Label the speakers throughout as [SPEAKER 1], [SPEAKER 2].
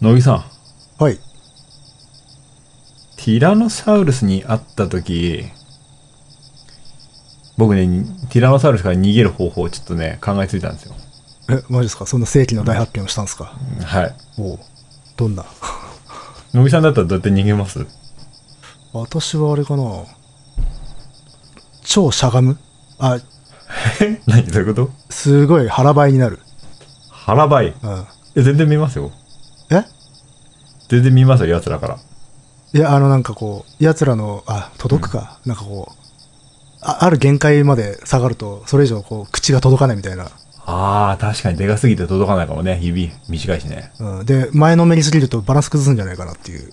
[SPEAKER 1] 乃木さん、
[SPEAKER 2] はい。
[SPEAKER 1] ティラノサウルスに会った時、僕ね、ティラノサウルスから逃げる方法をちょっとね、考えついたんですよ。
[SPEAKER 2] え、マジですかそんな世紀の大発見をしたんですか、
[SPEAKER 1] はい。
[SPEAKER 2] おうどんな
[SPEAKER 1] 乃木さんだったらどうやって逃げます
[SPEAKER 2] 私はあれかな超しゃがむあ、
[SPEAKER 1] え何どういうこと
[SPEAKER 2] すごい腹ばいになる。
[SPEAKER 1] 腹ばい。
[SPEAKER 2] うん。
[SPEAKER 1] え、全然見ますよ。
[SPEAKER 2] え
[SPEAKER 1] 全然見ますよ、奴らから。
[SPEAKER 2] いや、あのなんかこう、奴らの、あ、届くか、なんかこう、あある限界まで下がると、それ以上こう、口が届かないみたいな。
[SPEAKER 1] ああ、確かにでかすぎて届かないかもね。指短いしね。
[SPEAKER 2] うん。で、前のめりすぎるとバランス崩すんじゃないかなっていう。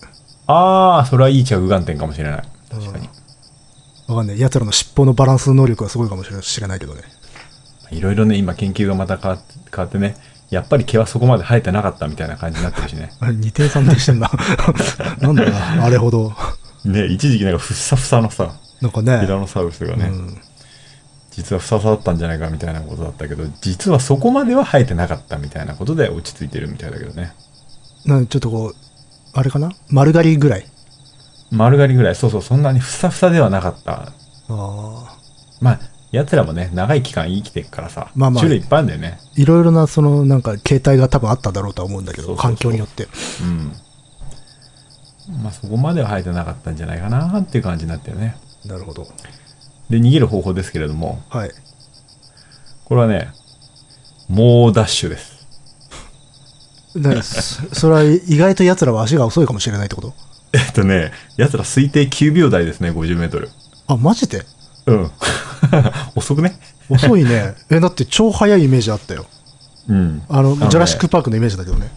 [SPEAKER 1] ああ、それはいい着眼点かもしれない。確かに。
[SPEAKER 2] わかんない。奴らの尻尾のバランス能力はすごいかもしれ知らないけどね。
[SPEAKER 1] いろいろね、今研究がまた変わって変わってね、やっぱり毛はそこまで生えてなかったみたいな感じになってるしね。
[SPEAKER 2] あれ、二点三点してんな。 なんだよな、あれほど。
[SPEAKER 1] ね、一時期なんかふっさふさのさ、
[SPEAKER 2] なんか
[SPEAKER 1] テ
[SPEAKER 2] ね
[SPEAKER 1] ィラ。ノサウルスがね、
[SPEAKER 2] うん
[SPEAKER 1] 実はふさふさだったんじゃないかみたいなことだったけど、実はそこまでは生えてなかったみたいなことで落ち着いてるみたいだけどね。
[SPEAKER 2] なんちょっとこう、あれかな丸刈りぐらい。
[SPEAKER 1] 丸刈りぐらい、そうそう、そんなにふさふさではなかった。
[SPEAKER 2] ああ。
[SPEAKER 1] まあ、奴らもね、長い期間生きてるからさ、
[SPEAKER 2] まあまあ
[SPEAKER 1] 種類いっぱいあるんだよね。
[SPEAKER 2] いろいろな、その、なんか、形態が多分あっただろうとは思うんだけ
[SPEAKER 1] そ
[SPEAKER 2] ど、
[SPEAKER 1] うそうそう
[SPEAKER 2] 環境によって。
[SPEAKER 1] うん。まあ、そこまでは生えてなかったんじゃないかなっていう感じになってるね。
[SPEAKER 2] なるほど。
[SPEAKER 1] で、逃げる方法ですけれども、
[SPEAKER 2] はい。
[SPEAKER 1] これはね、猛ダッシュです。
[SPEAKER 2] でそそれは意外と奴らは足が遅いかもしれないってこと
[SPEAKER 1] えっとね、奴ら推定9秒台ですね、50メートル。
[SPEAKER 2] あ、マジで
[SPEAKER 1] うん。 遅くね
[SPEAKER 2] 遅 いね。え、だって超速いイメージあったよ。
[SPEAKER 1] うん。
[SPEAKER 2] あの、
[SPEAKER 1] ね
[SPEAKER 2] ジュラシック・パークのイメージだけどね。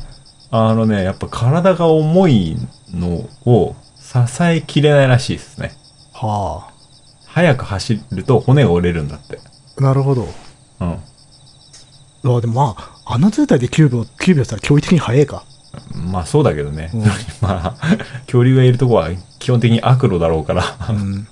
[SPEAKER 1] あのね、やっぱ体が重いのを支えきれないらしいですね。
[SPEAKER 2] は
[SPEAKER 1] 早く走ると骨が折れるんだって。
[SPEAKER 2] あ。なるほど。
[SPEAKER 1] うん。
[SPEAKER 2] あでもまあ、あの図体で9秒、9秒したら驚異的に速いか。
[SPEAKER 1] まあそうだけどね。
[SPEAKER 2] うん
[SPEAKER 1] まあ、恐竜がいるとこは基本的に悪路だろうから、
[SPEAKER 2] うん。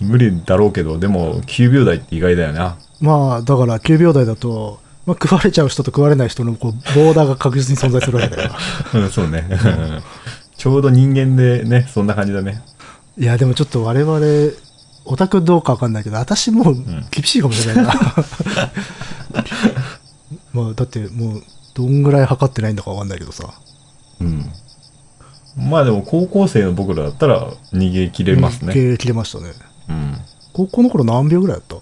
[SPEAKER 1] 無理だろうけど、でも9秒台って意外だよな。
[SPEAKER 2] まあ、だから9秒台だと、まあ、食われちゃう人と食われない人のこうボーダーが確実に存在するわけ だから。
[SPEAKER 1] うん、そうね。うんちょうど人間でね、そんな感じだね。
[SPEAKER 2] いや、でもちょっと我々、オタクどうかわかんないけど、私もうん厳しいかもしれないな。 まあ、だってもう、どんぐらい測ってないんだかわかんないけどさ。
[SPEAKER 1] うん。まあでも高校生の僕らだったら逃げ切れますね。
[SPEAKER 2] 切れ切れましたね。
[SPEAKER 1] うん。
[SPEAKER 2] 高校の頃何秒ぐらいだっ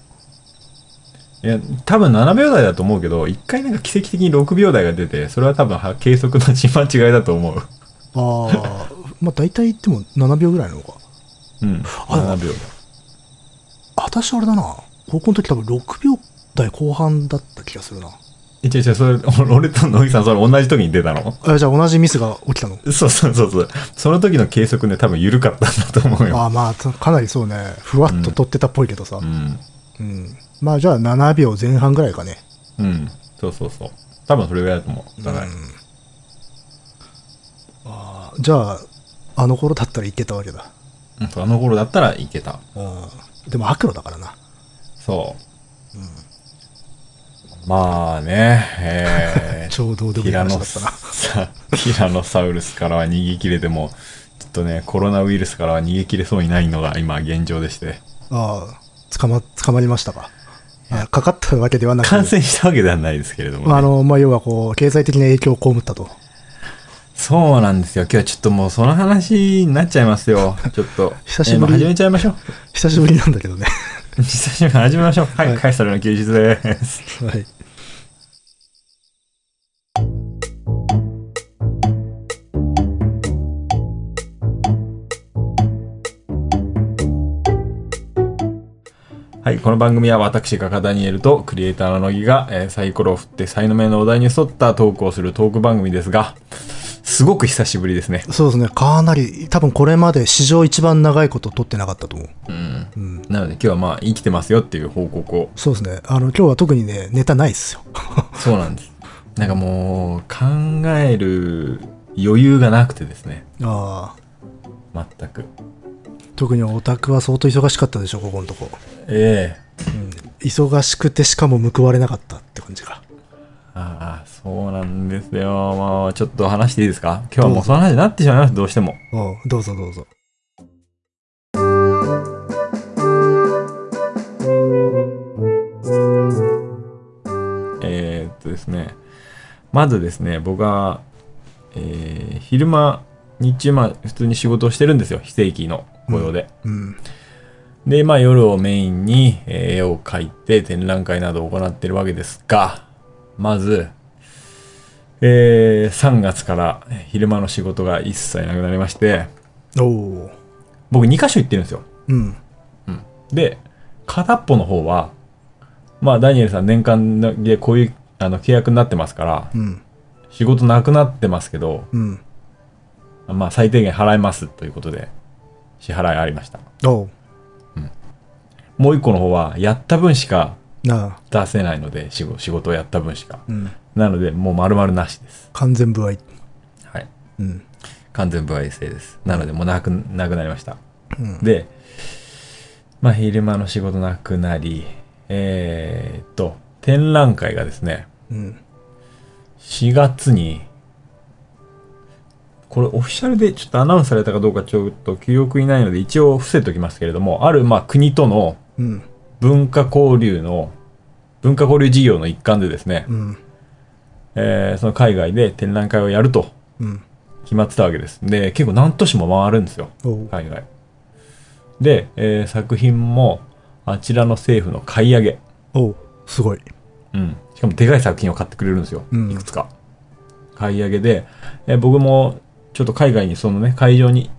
[SPEAKER 2] た
[SPEAKER 1] いや、多分7秒台だと思うけど、一回なんか奇跡的に6秒台が出て、それは多分は計測の間違いだと思う。
[SPEAKER 2] ああ、まあ大体言っても7秒ぐらいなのか。
[SPEAKER 1] うん。
[SPEAKER 2] あ
[SPEAKER 1] 7秒
[SPEAKER 2] 私あれだな。高校の時多分6秒台後半だった気がするな。
[SPEAKER 1] え、違う違う、それ、 俺俺と乃木さん、それ同じ時に出たの
[SPEAKER 2] あじゃあ同じミスが起きたの
[SPEAKER 1] そうそうそうそう。その時の計測ね、多分緩かったんだと思うよ。
[SPEAKER 2] ああまあ、かなりそうね。ふわっと取ってたっぽいけどさ。う。
[SPEAKER 1] うんん。
[SPEAKER 2] まあじゃあ7秒前半ぐらいかね。
[SPEAKER 1] うん。そうそうそう。多分それぐらいだと思う。お互い
[SPEAKER 2] あじゃあ、あの頃だったらいけたわけだ。
[SPEAKER 1] うんそうあの頃だったらいけた。
[SPEAKER 2] うん。でも悪路だからな。
[SPEAKER 1] そう。まあね、えー
[SPEAKER 2] ちょうどで
[SPEAKER 1] テ
[SPEAKER 2] もい
[SPEAKER 1] ィ
[SPEAKER 2] い
[SPEAKER 1] ラ
[SPEAKER 2] 話だ
[SPEAKER 1] ノ
[SPEAKER 2] ったな。
[SPEAKER 1] サティラノサウルスからは逃げ切れても、ちょっとね、コロナウイルスからは逃げ切れそうにないのが今現状でして。
[SPEAKER 2] ああ、捕ま、捕まりましたか。あかかったわけではな く
[SPEAKER 1] 感染したわけではないですけれども、ね
[SPEAKER 2] まあ、あの、まあ、要はこう、経済的な影響を被ったと。
[SPEAKER 1] そうなんですよ。今日はちょっともうその話になっちゃいます よ。ちょっと。
[SPEAKER 2] 久しぶり
[SPEAKER 1] えーもう始めちゃいましょう。
[SPEAKER 2] 久しぶりなんだけどね。
[SPEAKER 1] 久しぶりに始めましょう。はい、
[SPEAKER 2] はい
[SPEAKER 1] カエサルの休日です。
[SPEAKER 2] はい。
[SPEAKER 1] はい、この番組は私、画家ダニエルとクリエイターの乃木が、えーサイコロを振って才能面のお題に沿ったトークをするトーク番組ですが、すごく久しぶりですね。
[SPEAKER 2] そうですね。かなり、多分これまで史上一番長いこと撮ってなかったと思う。
[SPEAKER 1] うん。
[SPEAKER 2] うん。
[SPEAKER 1] なので今日はまあ生きてますよっていう報告を。
[SPEAKER 2] そうですね。あの、今日は特にね、ネタないっすよ。
[SPEAKER 1] そうなんです。なんかもう、考える余裕がなくてですね。
[SPEAKER 2] ああ。
[SPEAKER 1] 全く。
[SPEAKER 2] 特にオタクは相当忙しかったでしょ、ここのとこ。
[SPEAKER 1] ええ
[SPEAKER 2] 忙しくてしかも報われなかったって感じか。
[SPEAKER 1] ああ、そうなんですよ。まあ、ちょっと話していいですか今日はもうその話になってしまいます、どうしても。
[SPEAKER 2] おうどうぞどうぞ。
[SPEAKER 1] えーっとですね、まずですね、僕は、えー昼間、日中、まあ、普通に仕事をしてるんですよ。非正規の雇用で。
[SPEAKER 2] うん。
[SPEAKER 1] で、まあ、夜をメインにえー絵を描いて展覧会などを行ってるわけですが、まず、えー3月から昼間の仕事が一切なくなりまして、
[SPEAKER 2] おおう。
[SPEAKER 1] 僕2カ所行ってるんですよ。
[SPEAKER 2] うん。
[SPEAKER 1] で、片っぽの方は、まあ、ダニエルさん年間でこういうあの契約になってますから、
[SPEAKER 2] うん。
[SPEAKER 1] 仕事なくなってますけど、
[SPEAKER 2] うん。
[SPEAKER 1] まあ、最低限払いますということで、支払いありました。
[SPEAKER 2] おう。
[SPEAKER 1] もう一個の方は、やった分しか
[SPEAKER 2] なあ。
[SPEAKER 1] 出せないので、仕事仕事をやった分しか。
[SPEAKER 2] うん。
[SPEAKER 1] なので、もう丸々なしです。
[SPEAKER 2] 完全不愛。
[SPEAKER 1] はい。
[SPEAKER 2] うん。
[SPEAKER 1] 完全不愛制です。なので、もうなく、なくなりました。
[SPEAKER 2] うん
[SPEAKER 1] で、まあ、昼間の仕事なくなり、えーっと、展覧会がですね、
[SPEAKER 2] うん。
[SPEAKER 1] 4月に、これオフィシャルでちょっとアナウンスされたかどうかちょっと記憶にないので一応伏せときますけれども、あるまあ国との
[SPEAKER 2] うん。
[SPEAKER 1] 文化交流の、文化交流事業の一環でですね、
[SPEAKER 2] うん。
[SPEAKER 1] えーその海外で展覧会をやると
[SPEAKER 2] うん。
[SPEAKER 1] 決まってたわけです。で、結構何都市も回るんですよ、
[SPEAKER 2] おう。
[SPEAKER 1] 海外。で、えー作品もあちらの政府の買い上げ。
[SPEAKER 2] おう。すごい。
[SPEAKER 1] うん。しかもでかい作品を買ってくれるんですよ。
[SPEAKER 2] うん
[SPEAKER 1] いくつか。買い上げで、えー僕もちょっと海外にそのね、会場に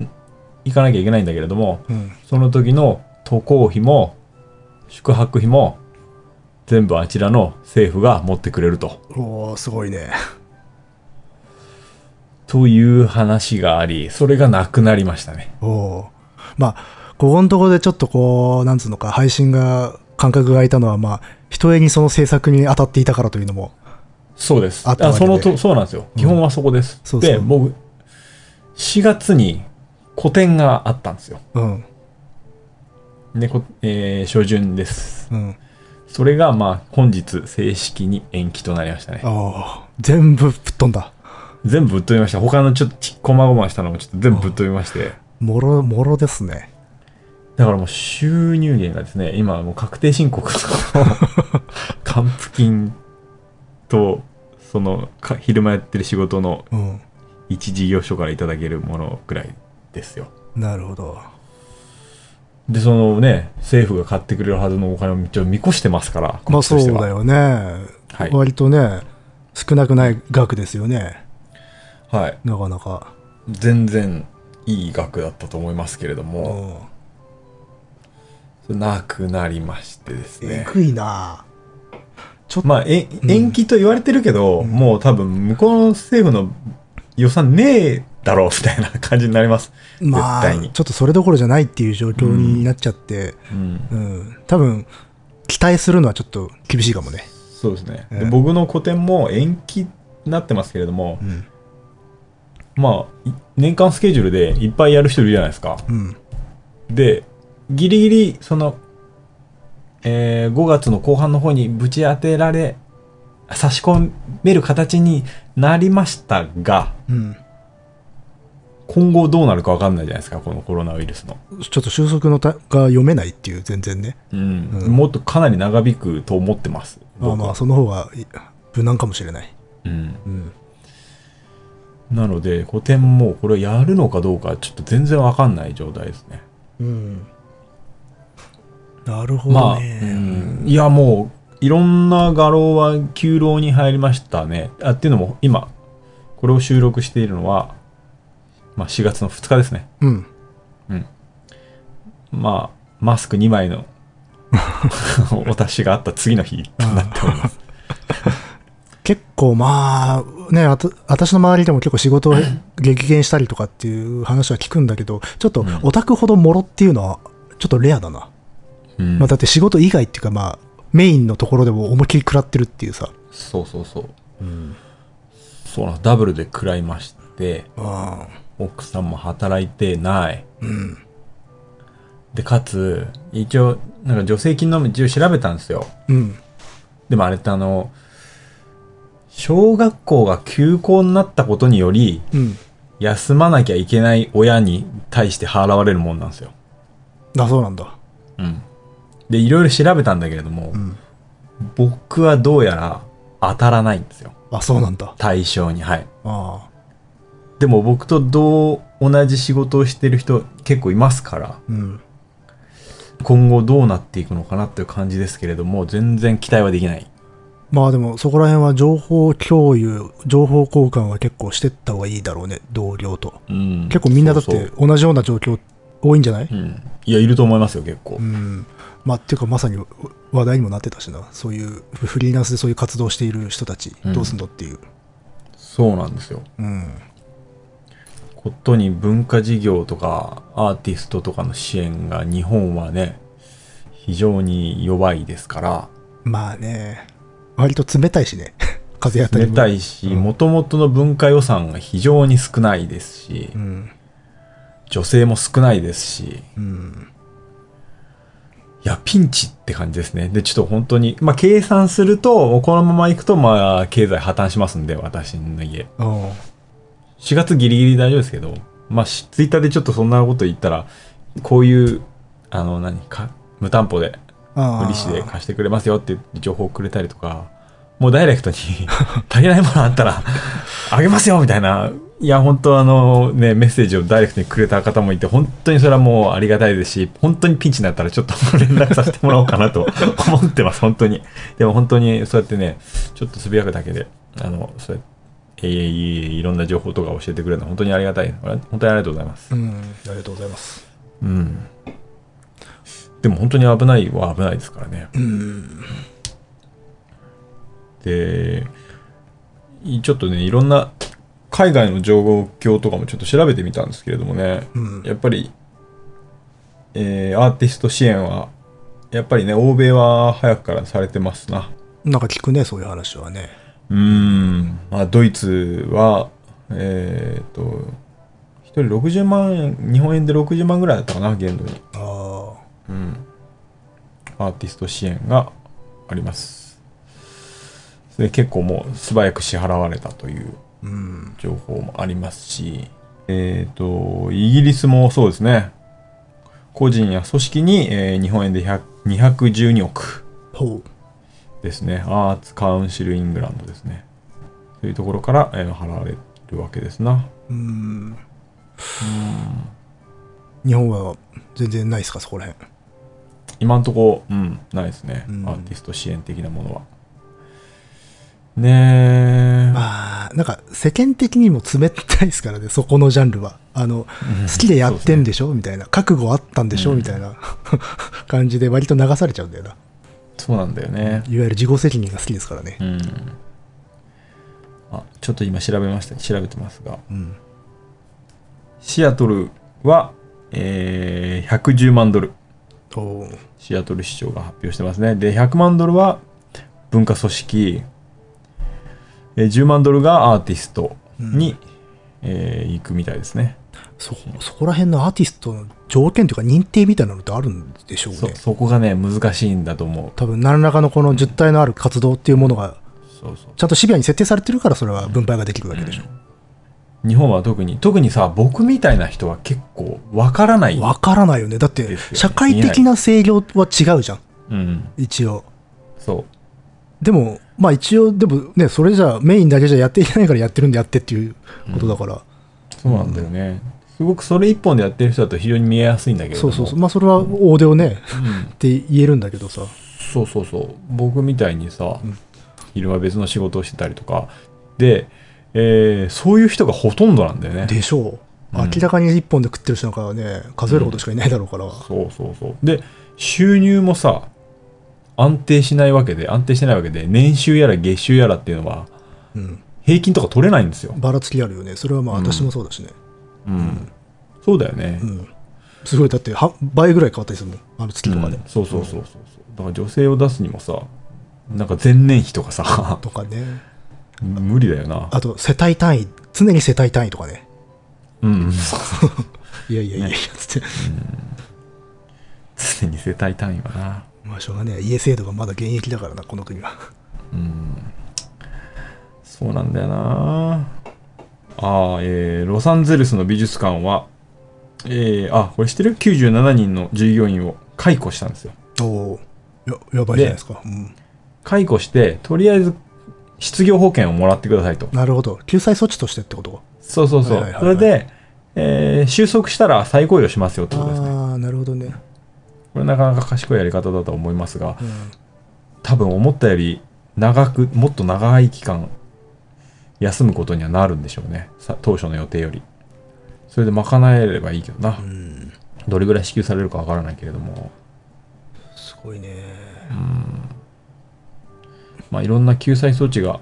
[SPEAKER 1] 行かなきゃいけないんだけれども、
[SPEAKER 2] うん。
[SPEAKER 1] その時の渡航費も宿泊費も全部あちらの政府が持ってくれると。
[SPEAKER 2] おおすごいね。
[SPEAKER 1] という話があり、それがなくなりましたね。
[SPEAKER 2] おおまあ、ここのところでちょっとこう、なんつうのか、配信が、感覚が空いたのは、まあ、一重にその制作に当たっていたからというのも、
[SPEAKER 1] そうです。
[SPEAKER 2] あったわ
[SPEAKER 1] あ
[SPEAKER 2] けで
[SPEAKER 1] そのと、そうなんですよ。基本はそこです。
[SPEAKER 2] そうそう
[SPEAKER 1] で、僕、4月に個展があったんですよ。
[SPEAKER 2] うん、
[SPEAKER 1] で、こえー初旬です。
[SPEAKER 2] うん。
[SPEAKER 1] それが、まあ、本日、正式に延期となりましたね
[SPEAKER 2] お。お全部吹っ飛んだ。
[SPEAKER 1] 全部ぶっ飛びました。他のちょっとち、こまごましたのもちょっと全部ぶっ飛びまして。
[SPEAKER 2] もろ、もろですね。
[SPEAKER 1] だからもう収入源がですね、今もう確定申告と、 還付金と、その、か昼間やってる仕事の
[SPEAKER 2] うん。
[SPEAKER 1] 一事業所からいただけるものぐらいですよ。
[SPEAKER 2] なるほど。
[SPEAKER 1] で、そのね、政府が買ってくれるはずのお金を一応見越してますから、
[SPEAKER 2] まあそ
[SPEAKER 1] こっちと
[SPEAKER 2] う
[SPEAKER 1] しては
[SPEAKER 2] だよね。
[SPEAKER 1] はい
[SPEAKER 2] 割とね、少なくない額ですよね。
[SPEAKER 1] はい。
[SPEAKER 2] なかなか。
[SPEAKER 1] 全然いい額だったと思いますけれど
[SPEAKER 2] う
[SPEAKER 1] も、
[SPEAKER 2] ん。
[SPEAKER 1] それなくなりましてです
[SPEAKER 2] え
[SPEAKER 1] ね。
[SPEAKER 2] ぐいな
[SPEAKER 1] まあ、え
[SPEAKER 2] うん
[SPEAKER 1] 延期と言われてるけど、
[SPEAKER 2] うん
[SPEAKER 1] もう多分向こうの政府の予算ねえだろうみたいな感じになります。
[SPEAKER 2] まあ、
[SPEAKER 1] 絶対
[SPEAKER 2] ちょ
[SPEAKER 1] に
[SPEAKER 2] っとそれどころじゃないっていう状況になっちゃって、
[SPEAKER 1] うん。
[SPEAKER 2] うん、多分、期待するのはちょっと厳しいかもね。
[SPEAKER 1] そうですね。
[SPEAKER 2] え
[SPEAKER 1] で
[SPEAKER 2] え
[SPEAKER 1] 僕の個展も延期になってますけれども
[SPEAKER 2] う、ん。
[SPEAKER 1] まあ、い年間スケジュールでいっぱいやる人いるじゃないですか。
[SPEAKER 2] うん。
[SPEAKER 1] で、ギリギリ、その、えー5月の後半の方にぶち当てられ、差し込める形になりましたが、
[SPEAKER 2] うん。
[SPEAKER 1] 今後どうなるかわかんないじゃないですか、このコロナウイルスの。
[SPEAKER 2] ちょっと収束のたが読めないっていう、全然ね。
[SPEAKER 1] うん
[SPEAKER 2] うん
[SPEAKER 1] もっとかなり長引くと思ってます。
[SPEAKER 2] まあ
[SPEAKER 1] 僕
[SPEAKER 2] まあ、
[SPEAKER 1] は
[SPEAKER 2] その方がい無難かもしれない。
[SPEAKER 1] うん、
[SPEAKER 2] うん。
[SPEAKER 1] なので、古典もこれやるのかどうか、ちょっと全然わかんない状態ですね。
[SPEAKER 2] うん。なるほ
[SPEAKER 1] ま
[SPEAKER 2] ど
[SPEAKER 1] あ、
[SPEAKER 2] ね。
[SPEAKER 1] うんいやもういろんな画廊は休廊に入りましたねあっていうのも今これを収録しているのは、まあ、4月の2日ですね
[SPEAKER 2] うん。
[SPEAKER 1] まあマスク2枚のお達しがあった次の日となっております
[SPEAKER 2] 結構まあ、ね、あた私の周りでも結構仕事を激減したりとかっていう話は聞くんだけど、ちょっと
[SPEAKER 1] うん
[SPEAKER 2] オタクほどもろっていうのはちょっとレアだな。
[SPEAKER 1] うん
[SPEAKER 2] まあだって仕事以外っていうかまあ、メインのところでも思いっきり食らってるっていうさ。
[SPEAKER 1] そうそうそう
[SPEAKER 2] うん。
[SPEAKER 1] そうなんですダブルで食らいまして
[SPEAKER 2] ああ。
[SPEAKER 1] 奥さんも働いてない
[SPEAKER 2] うん。
[SPEAKER 1] でかつ一応なんか助成金の一応調べたんですよ
[SPEAKER 2] うん。
[SPEAKER 1] でもあれってあの、小学校が休校になったことにより、
[SPEAKER 2] うん。
[SPEAKER 1] 休まなきゃいけない親に対して払われるもんなんですよ。
[SPEAKER 2] あ、そうなんだ。
[SPEAKER 1] うん。で、いろいろ調べたんだけれども、
[SPEAKER 2] うん。
[SPEAKER 1] 僕はどうやら当たらないんですよ。
[SPEAKER 2] あ、そうなんだ。
[SPEAKER 1] 対象に。はい。
[SPEAKER 2] ああ。
[SPEAKER 1] でも僕と同同じ仕事をしてる人結構いますから、
[SPEAKER 2] うん。
[SPEAKER 1] 今後どうなっていくのかなっていう感じですけれども、全然期待はできない。
[SPEAKER 2] まあでも、そこら辺は情報共有、情報交換は結構してった方がいいだろうね、同僚と。
[SPEAKER 1] うん
[SPEAKER 2] 結構みんなだっ
[SPEAKER 1] そう
[SPEAKER 2] て同じような状況多いんじゃない
[SPEAKER 1] そううん。いや、いると思いますよ、結構。
[SPEAKER 2] うん。まあ、っていうかまさにう話題にもなってたしな。そういう、フフリーランスでそういう活動している人たち、
[SPEAKER 1] うん
[SPEAKER 2] どうすんのっていう。
[SPEAKER 1] そうなんですよ。
[SPEAKER 2] うん。
[SPEAKER 1] ことに文化事業とかアーティストとかの支援が日本はね、非常に弱いですから、
[SPEAKER 2] まあね、割と冷たいしね。 風当たり
[SPEAKER 1] 冷
[SPEAKER 2] も
[SPEAKER 1] たいし、もともとの文化予算が非常に少ないですし、
[SPEAKER 2] うん。
[SPEAKER 1] 女性も少ないですし、
[SPEAKER 2] うん。
[SPEAKER 1] いや、ピンチって感じですね。で、ちょっと本当に、まあ、計算すると、このまま行くと、まあ、経済破綻しますんで、私の家。
[SPEAKER 2] おう
[SPEAKER 1] 4月ギリギリ大丈夫ですけど、まあ、しツイッターでちょっとそんなこと言ったら、こういう、あの、何か、無担保で、
[SPEAKER 2] ああ
[SPEAKER 1] 無利子で貸してくれますよって情報をくれたりとか、もうダイレクトに足りないものあったら、あげますよみたいな、いや、本当あのね、メッセージをダイレクトにくれた方もいて、本当にそれはもうありがたいですし、本当にピンチになったらちょっと連絡させてもらおうかなと 思ってます、本当に。でも本当にそうやってね、ちょっとつぶやくだけで、あの、そうやって、ええいろんな情報とか教えてくれるのは本当にありがたい。本当にありがとうございます。
[SPEAKER 2] うん。ありがとうございます。
[SPEAKER 1] うん。でも本当に危ないは危ないですからね。で、いちょっとね、いろんな海外の状況とかもちょっと調べてみたんですけれどもね、
[SPEAKER 2] うん
[SPEAKER 1] やっぱり、えーアーティスト支援は、やっぱりね、欧米は早くからされてますな。
[SPEAKER 2] なんか聞くね、そういう話はね。
[SPEAKER 1] うーん、まあ、ドイツは、えーっと、一人60万円、日本円で60万ぐらいだったかな、限度に。
[SPEAKER 2] ああ。
[SPEAKER 1] うん、アーティスト支援があります。で結構もう素早く支払われたという
[SPEAKER 2] うん。
[SPEAKER 1] 情報もありますし、えっ、と、イギリスもそうですね。個人や組織に、えー日本円で100 212億
[SPEAKER 2] ほう。
[SPEAKER 1] ですね。アーツカウンシルイングランドですね。というところから、えー払われるわけですな。
[SPEAKER 2] うん。日本は全然ないですか、そこら辺。
[SPEAKER 1] 今んとこ、うん、ないですね。
[SPEAKER 2] うん
[SPEAKER 1] アーティスト支援的なものは。ねえ。
[SPEAKER 2] まあ、なんか世間的にも冷たいですからね、そこのジャンルは。あの、
[SPEAKER 1] うん
[SPEAKER 2] 好きでやってんでしょ、みたいな。覚悟あったんでしょ、
[SPEAKER 1] うん
[SPEAKER 2] みたいな 感じで割と流されちゃうんだよな。いわ
[SPEAKER 1] そうなんだよね。
[SPEAKER 2] ゆる自己責任が好きですからね
[SPEAKER 1] う。ん。あ、ちょっと今調べました、調べてますが。
[SPEAKER 2] うん。
[SPEAKER 1] シアトルは、えー、110万ドル。
[SPEAKER 2] おう
[SPEAKER 1] シアトル市長が発表してますね。で、100万ドルは文化組織、えー10万ドルがアーティストに、えー行くみたいですね。
[SPEAKER 2] そ、そこら辺のアーティストの条件というか認定みたいなのってあるんでしょう
[SPEAKER 1] そ
[SPEAKER 2] ね。
[SPEAKER 1] そこがね、難しいんだと思う。
[SPEAKER 2] 多分何らかのこの実態のある活動っていうものが、
[SPEAKER 1] そうそう。
[SPEAKER 2] ちゃんとシビアに設定されてるからそれは分配ができるわけでしょ。
[SPEAKER 1] 日本は特に、特にさ、僕みたいな人は結構わからない。
[SPEAKER 2] わからないよね。だっ
[SPEAKER 1] で
[SPEAKER 2] て
[SPEAKER 1] すよ、ね
[SPEAKER 2] 社会的な制御は違うじゃん。
[SPEAKER 1] うん。
[SPEAKER 2] 一応。
[SPEAKER 1] そう。
[SPEAKER 2] でも、まあ一応、でもね、それじゃあメインだけじゃやっていけないからやってるんでやってっていうことだから、
[SPEAKER 1] そうなんだよね。すごくそれ一本でやってる人だと非常に見えやすいんだけれど
[SPEAKER 2] そ
[SPEAKER 1] も。
[SPEAKER 2] うそうそう、まあそれは大手をね、
[SPEAKER 1] うん
[SPEAKER 2] って言えるんだけどさ、
[SPEAKER 1] そうそうそう。僕みたいにさ、昼間別の仕事をしてたりとか。で、えーそういう人がほとんどなんだよね。
[SPEAKER 2] でしょう。明らかに一本で食ってる人なんかはね、数えるほどしかいないだろうから、
[SPEAKER 1] そうそうそう。で、収入もさ、安定しないわけで、安定してないわけで、年収やら月収やらっていうのは、
[SPEAKER 2] うん。
[SPEAKER 1] 平均とか取れないんですよ。
[SPEAKER 2] ばらつきあるよね。それはまあ私もそうだしね。
[SPEAKER 1] うん。そうだよね。
[SPEAKER 2] うん。すごい、だっては倍ぐらい変わったりするもん、あの月とかで。
[SPEAKER 1] うんそうそうそうそうそう。だから女性を出すにもさ、なんか前年比とかさ、
[SPEAKER 2] とかね。
[SPEAKER 1] 無理だよな。
[SPEAKER 2] あと、世帯単位、常に世帯単位とかね。
[SPEAKER 1] うん。
[SPEAKER 2] いやいやいやいや、つって。
[SPEAKER 1] 常に世帯単位はな。
[SPEAKER 2] まあしょうがねえ、家制度がまだ現役だからな、この国は。
[SPEAKER 1] うん。そうなんだよなああ、えー、ロサンゼルスの美術館は、えー、あ、これ知ってる ?97 人の従業員を解雇したんですよ。
[SPEAKER 2] お おややばいじゃないですか、うん、
[SPEAKER 1] 解雇して、とりあえず失業保険をもらってくださいと。
[SPEAKER 2] なるほど救済措置としてってことか
[SPEAKER 1] そうそうそう。
[SPEAKER 2] はいはいはいはい
[SPEAKER 1] それで、えー収束したら再雇用しますよってことですね。
[SPEAKER 2] ああなるほどね、
[SPEAKER 1] これなかなか賢いやり方だと思いますが、
[SPEAKER 2] うん、
[SPEAKER 1] 多分思ったより長く、もっと長い期間休むことにはなるんでしょうね。さ当初の予定より。それで賄えればいいけどな。どれぐらい支給されるかわからないけれども。
[SPEAKER 2] すごいね
[SPEAKER 1] まあいろんな救済措置が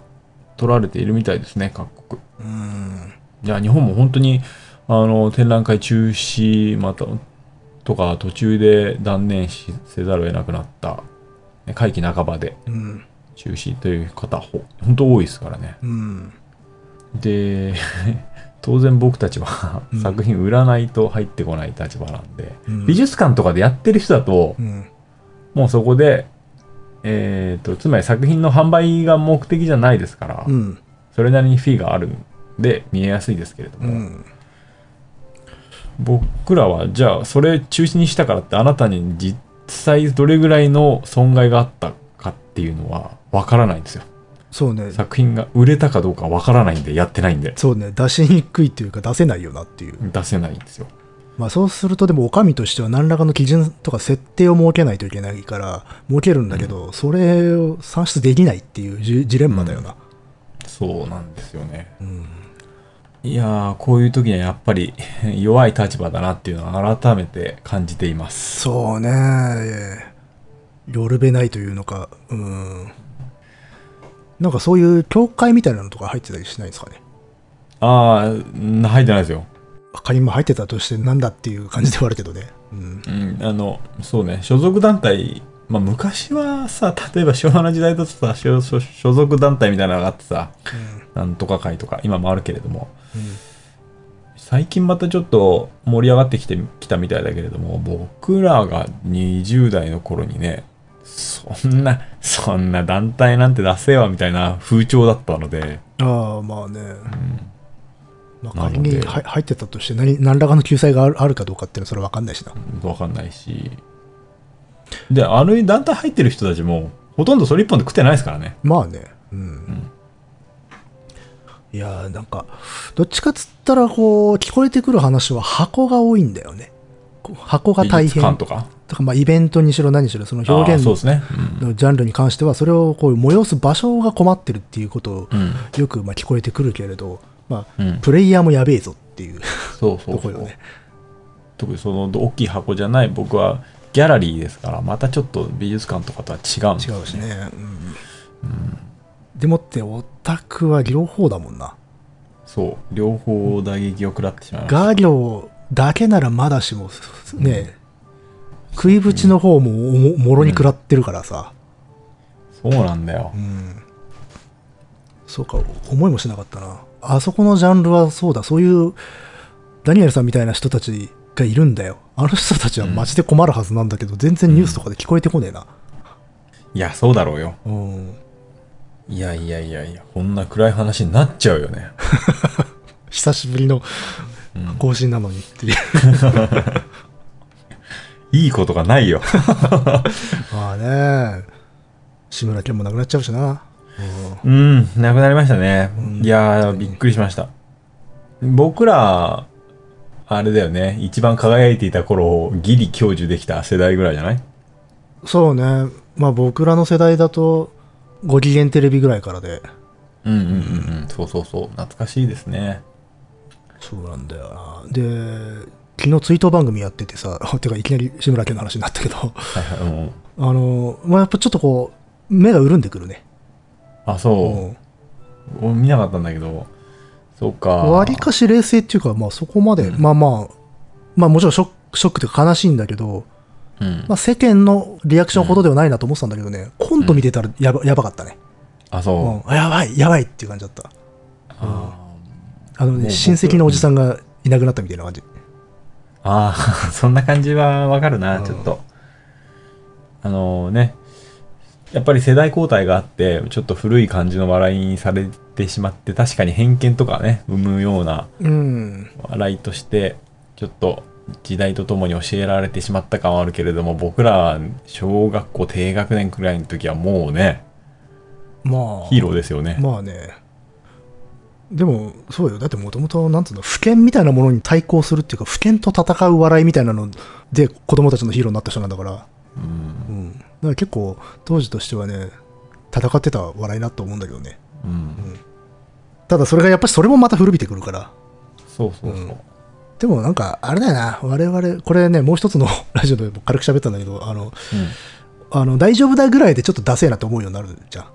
[SPEAKER 1] 取られているみたいですね、各国。
[SPEAKER 2] うん
[SPEAKER 1] いや、日本も本当に、あの、展覧会中止、また、とか、途中で断念しせざるを得なくなった、ね会期半ばで
[SPEAKER 2] うん
[SPEAKER 1] 中止という方、ほ本当多いですからね。
[SPEAKER 2] うん
[SPEAKER 1] で、 当然僕たちは作品売らないと入ってこない立場なんで、
[SPEAKER 2] うん
[SPEAKER 1] 美術館とかでやってる人だと、
[SPEAKER 2] うん
[SPEAKER 1] もうそこで、えっ、と、つまり作品の販売が目的じゃないですから、
[SPEAKER 2] うん
[SPEAKER 1] それなりにフィーがあるんで見えやすいですけれど
[SPEAKER 2] う
[SPEAKER 1] も、
[SPEAKER 2] ん
[SPEAKER 1] 僕らはじゃあそれ中止にしたからってあなたに実際どれぐらいの損害があったかっていうのはわからないんですよ
[SPEAKER 2] そうね
[SPEAKER 1] 作品が売れたかどうかわからないんでやってないんで
[SPEAKER 2] そうね出しにくいっていうか出せないよなっていう、
[SPEAKER 1] 出せないんですよ
[SPEAKER 2] まあそうするとでもお上としては何らかの基準とか設定を設けないといけないから設けるんだけど、それを算出できないっていうジジレンマだよな、
[SPEAKER 1] そうなんですよね
[SPEAKER 2] うん
[SPEAKER 1] いやーこういう時にはやっぱり 弱い立場だなっていうのは改めて感じています
[SPEAKER 2] そうねよるべないというのかうんなんかそういう教会みたいなのとか入ってたりしないんですかね
[SPEAKER 1] ああ入ってないですよ
[SPEAKER 2] 仮にも入ってたとしてなんだっていう感じではあるけどね、うん、
[SPEAKER 1] うん、あの、そうね、所属団体、まあ、昔はさ、例えば昭和の時代だとさ、所所所属団体みたいなのがあってさ、なんとか会とか、今もあるけれども、最近またちょっと盛り上がってきてきたみたいだけれども、僕らが20代の頃にね、そんな、そんな団体なんて出せよみたいな風潮だったので、
[SPEAKER 2] ああまあね、まあ、
[SPEAKER 1] な
[SPEAKER 2] 仮に
[SPEAKER 1] ので
[SPEAKER 2] は入ってたとして何何らかの救済があるあるかどうかっていうのはそれ分かんないしな
[SPEAKER 1] わかんないし、で、あの団体入ってる人たちも、ほとんどそれ一本で食ってないですからね。
[SPEAKER 2] まあねうん、いやーなんかどっちかっつったらこう聞こえてくる話は箱が多いんだよねこう箱が大
[SPEAKER 1] 美術館
[SPEAKER 2] 変
[SPEAKER 1] とか。
[SPEAKER 2] とかまあイベントにしろ何しろその表
[SPEAKER 1] あー
[SPEAKER 2] 現
[SPEAKER 1] そうですね。
[SPEAKER 2] のジャンルに関してはそれをこう催す場所が困ってるっていうことを
[SPEAKER 1] うん。
[SPEAKER 2] よくまあ聞こえてくるけれど、まあ
[SPEAKER 1] うん
[SPEAKER 2] プレイヤーもやべえぞっていう
[SPEAKER 1] そうそ
[SPEAKER 2] と
[SPEAKER 1] うそ
[SPEAKER 2] こ
[SPEAKER 1] う
[SPEAKER 2] ろよね
[SPEAKER 1] 特にその大きい箱じゃない僕はギャラリーですから、またちょっと美術館とかとは違うんです
[SPEAKER 2] 違
[SPEAKER 1] よ
[SPEAKER 2] うしね、うんでもってオタクは両方だもんな
[SPEAKER 1] そう。両方打撃を食らってしまいました。
[SPEAKER 2] 画業だけならまだしもね、食いぶちの方もおももろに食らってるからさ、
[SPEAKER 1] そうなんだよ。
[SPEAKER 2] そうか思いもしなかったなあそこのジャンルはそうだそういうダニエルさんみたいな人たちがいるんだよあの人たちはマジで困るはずなんだけど、全然ニュースとかで聞こえてこねえな、
[SPEAKER 1] いや、そうだろうよ。
[SPEAKER 2] うん、
[SPEAKER 1] いやいやいやいや、こんな暗い話になっちゃうよね。
[SPEAKER 2] 久しぶりの更新なのにっていう、
[SPEAKER 1] いいことがない よ。
[SPEAKER 2] まあね志村けんもなくなっちゃうしな、
[SPEAKER 1] うん、なくなりましたね。
[SPEAKER 2] ん
[SPEAKER 1] いやー、びっくりしました。僕ら、あれだよね。一番輝いていた頃をギリ享受できた世代ぐらいじゃない
[SPEAKER 2] そうねまあ僕らの世代だとご機嫌テレビぐらいからで
[SPEAKER 1] うんうんうんうん。そうそうそう。懐かしいですね。
[SPEAKER 2] そうなんだよなで昨日追悼番組やっててさ てかいきなり志村けんの話になったけど
[SPEAKER 1] はいはい。うん
[SPEAKER 2] あの、まあ、やっぱちょっとこう、目が潤んでくるね。
[SPEAKER 1] あ、
[SPEAKER 2] う
[SPEAKER 1] そ
[SPEAKER 2] ん
[SPEAKER 1] う。俺見なかったんだけど。そうか。
[SPEAKER 2] わりかし冷静っていうか、まあそこまで、まあまあ、まあもちろんショック、ショックというか悲しいんだけど、
[SPEAKER 1] うん
[SPEAKER 2] ま。あ世間のリアクションほどではないなと思ってたんだけどね、コント見てたらやばやばかったね。
[SPEAKER 1] あ、そうう。
[SPEAKER 2] ん、あやばい、やばいっていう感じだった。
[SPEAKER 1] あ
[SPEAKER 2] あの
[SPEAKER 1] もう
[SPEAKER 2] ね、
[SPEAKER 1] 僕
[SPEAKER 2] 親戚のおじさんがいなくなったみたいな感じ。
[SPEAKER 1] ー あー、そんな感じはわかるな、ちょっと。あのね。やっぱり世代交代があって、ちょっと古い感じの笑いにされてしまって、確かに偏見とかね、生むような
[SPEAKER 2] うん。
[SPEAKER 1] 笑いとして、ちょっと時代とともに教えられてしまった感はあるけれども、僕ら、小学校低学年くらいの時はもうね、
[SPEAKER 2] まあ。
[SPEAKER 1] ヒーローですよね。
[SPEAKER 2] まあね。でも、そうよ。だってもともと、なんつうの、不権みたいなものに対抗するっていうか、不権と戦う笑いみたいなので、子供たちのヒーローになった人なんだから。
[SPEAKER 1] うん
[SPEAKER 2] うん。だから結構、当時としてはね、戦ってた笑いなと思うんだけどね。
[SPEAKER 1] うん、
[SPEAKER 2] ただそれがやっぱりそれもまた古びてくるから。
[SPEAKER 1] そうそうそう。
[SPEAKER 2] でもなんか、あれだよな。我々、これね、もう一つのラジオでも軽く喋ったんだけど、あの、あの大丈夫だぐらいでちょっとダセえなと思うようになるじゃん。